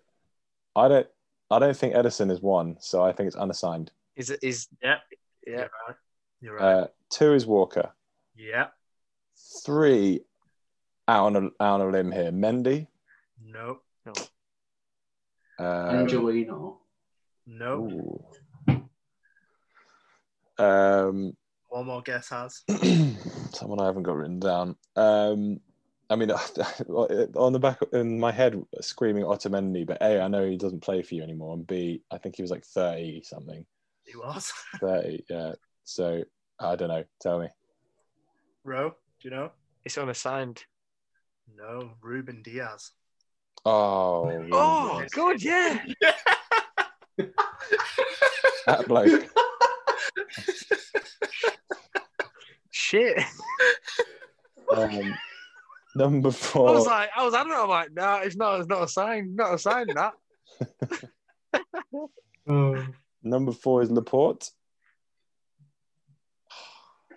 S1: I don't I don't think Edison is one. So I think it's unassigned.
S2: Is it? Is
S3: Yeah.
S2: yeah.
S3: You're right. You're right.
S1: Uh, two is Walker.
S3: yeah.
S1: Three, out on a, out on a limb here, Mendy.
S3: No.
S1: Um,
S4: Angelino.
S3: No.
S1: ooh. Um,
S3: One more guess has.
S1: someone I haven't got written down. Um, I mean, on the back in my head, screaming Otamendi, but A, I know he doesn't play for you anymore, and B, I think he was like 30 something.
S3: He was.
S1: 30, yeah. So I don't know. Tell me.
S3: Ro, do you know?
S2: It's unassigned.
S3: No. Ruben Diaz.
S1: Oh,
S2: Oh, good, yeah.
S1: that bloke.
S2: Shit.
S1: Um, number
S2: I
S1: four.
S2: was like, I was, I don't know. I'm like, no, it's not, it's not assigned, not assigned that.
S1: Number four is Laporte.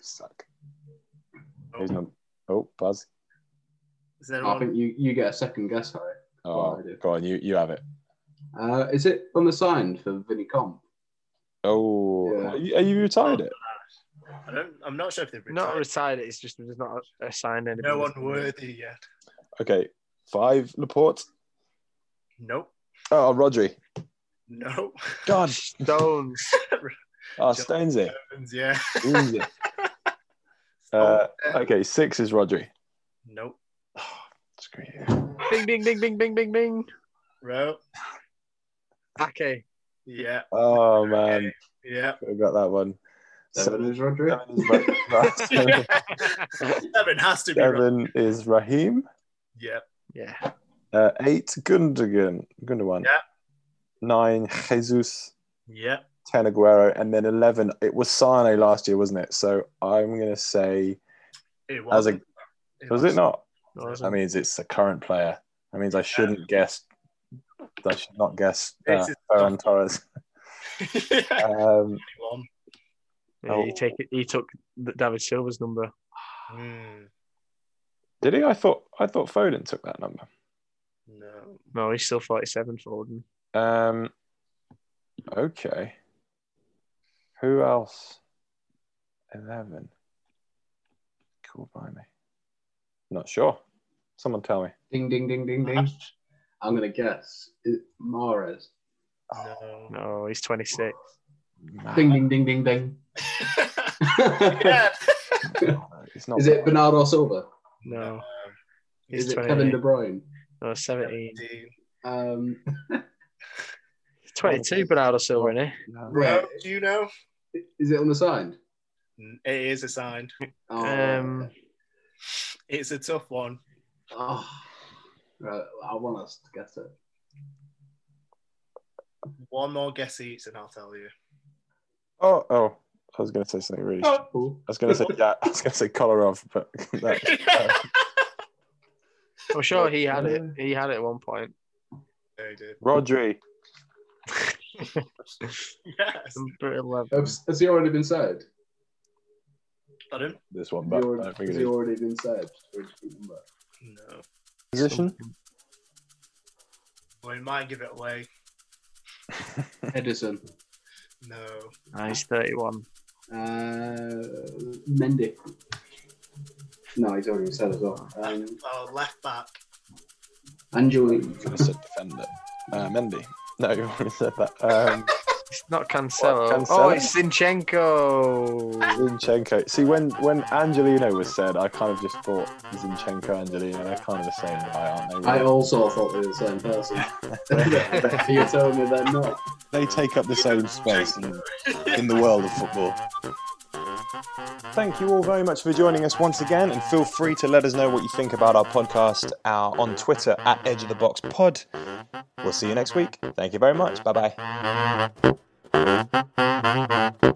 S1: Suck. Who's num- oh, Buzz.
S3: Is
S4: I think
S3: anyone?
S4: you, you get a second guess, Harry.
S1: Oh,
S4: Well, I do.
S1: go on. You, you have it.
S4: Uh, is it unassigned for Vinny Comp?
S1: Oh,
S4: Yeah.
S1: are, you, are you retired it?
S3: I don't. I'm not sure if they've
S2: Not
S3: retired.
S2: retired. It's just there's not assigned anybody.
S3: no one worthy yet.
S1: Okay. Five, Laporte.
S3: Nope.
S1: Oh, Rodri.
S3: No.
S1: God.
S2: Stones.
S1: Oh, Stonesy.
S3: Evans, yeah.
S1: Easy.
S3: Oh.
S1: Uh, okay, six is Rodri.
S3: Nope.
S1: Screw you.
S2: bing, bing, bing, bing, bing, bing, bing.
S3: Ro.
S2: Okay.
S3: Yeah.
S1: Oh, man.
S3: Yeah.
S1: I got that one.
S4: Seven is Rodri.
S1: Seven is, Ra- Ra-
S3: Seven has to be. Ro.
S1: seven is Raheem.
S3: Yeah.
S2: Yeah.
S1: Uh, eight, Gundogan. Gundogan.
S3: Yeah.
S1: Nine, Jesus.
S3: Yeah.
S1: Ten, Aguero. And then 11, it was Sane last year, wasn't it? So I'm going to say,
S3: It
S1: As
S3: was.
S1: a- was it not?
S2: No, it's
S1: That
S2: not.
S1: means it's a current player. That means I shouldn't guess. I should not guess uh,
S3: This is-
S1: Ferran Torres.
S3: yeah.
S1: Um,
S3: One.
S2: Yeah,
S3: oh.
S2: He take it. He took the- David Silver's number.
S3: Hmm.
S1: did he? I thought I thought Foden took that number.
S3: No.
S2: No, he's still 47 for Foden.
S1: Um, okay. Who else? Eleven. Cool by me. Not sure. Someone tell me.
S4: Ding, ding, ding, ding, ding. I'm going to guess. Is it Mares.
S3: No.
S2: No, he's 26.
S4: Ding, ding, ding, ding, ding.
S3: yeah.
S1: It's not.
S4: is it Bernardo Silva?
S2: No,
S4: Is
S2: he's
S4: it
S2: 28.
S4: Kevin De Bruyne?
S2: No, 17.
S4: Um,
S2: He's 22 Bernardo Silva, innit?
S1: No.
S4: right.
S3: Ro, do you know?
S4: Is it unassigned?
S3: It is assigned.
S4: Oh,
S2: Um,
S3: It's a tough one.
S4: oh. Right, I want us to guess it.
S3: One more guess each, and I'll tell you.
S1: Oh, oh. I was going to say something
S4: Oh.
S1: really. I
S4: Cool.
S1: was going to say yeah. I was going to say Kolarov, but that,
S2: I'm sure he had it. He had it at one point.
S3: Yeah, you did.
S1: Rodri.
S3: Yes.
S2: Number 11.
S4: Has, has he already been said?
S3: Pardon?
S1: This one, but
S4: Has he
S1: I
S4: already,
S1: don't think
S4: has
S1: it
S4: he
S1: is.
S4: already been said? Or is he number?
S3: No.
S1: Position?
S3: Well, we might give it away.
S4: Edison.
S3: No.
S2: Ah, he's 31.
S4: Uh, Mendy. No, he's already been said as well. Um,
S3: Oh, left back.
S4: Angelino.
S1: I said defender. Uh, Mendy. No, you already said that. Um,
S2: It's not Cancelo.
S1: What, Cancelo?
S2: Oh, it's Zinchenko.
S1: Zinchenko. See, when when Angelino was said, I kind of just thought Zinchenko, Angelino, they're kind of the same guy, aren't they?
S4: I
S1: really?
S4: also thought they were the same person. You're telling me they're not.
S1: They take up the same space in, in the world of football. Thank you all very much for joining us once again, and feel free to let us know what you think about our podcast uh, on Twitter at Edge of the Box Pod. We'll see you next week. Thank you very much. Bye bye.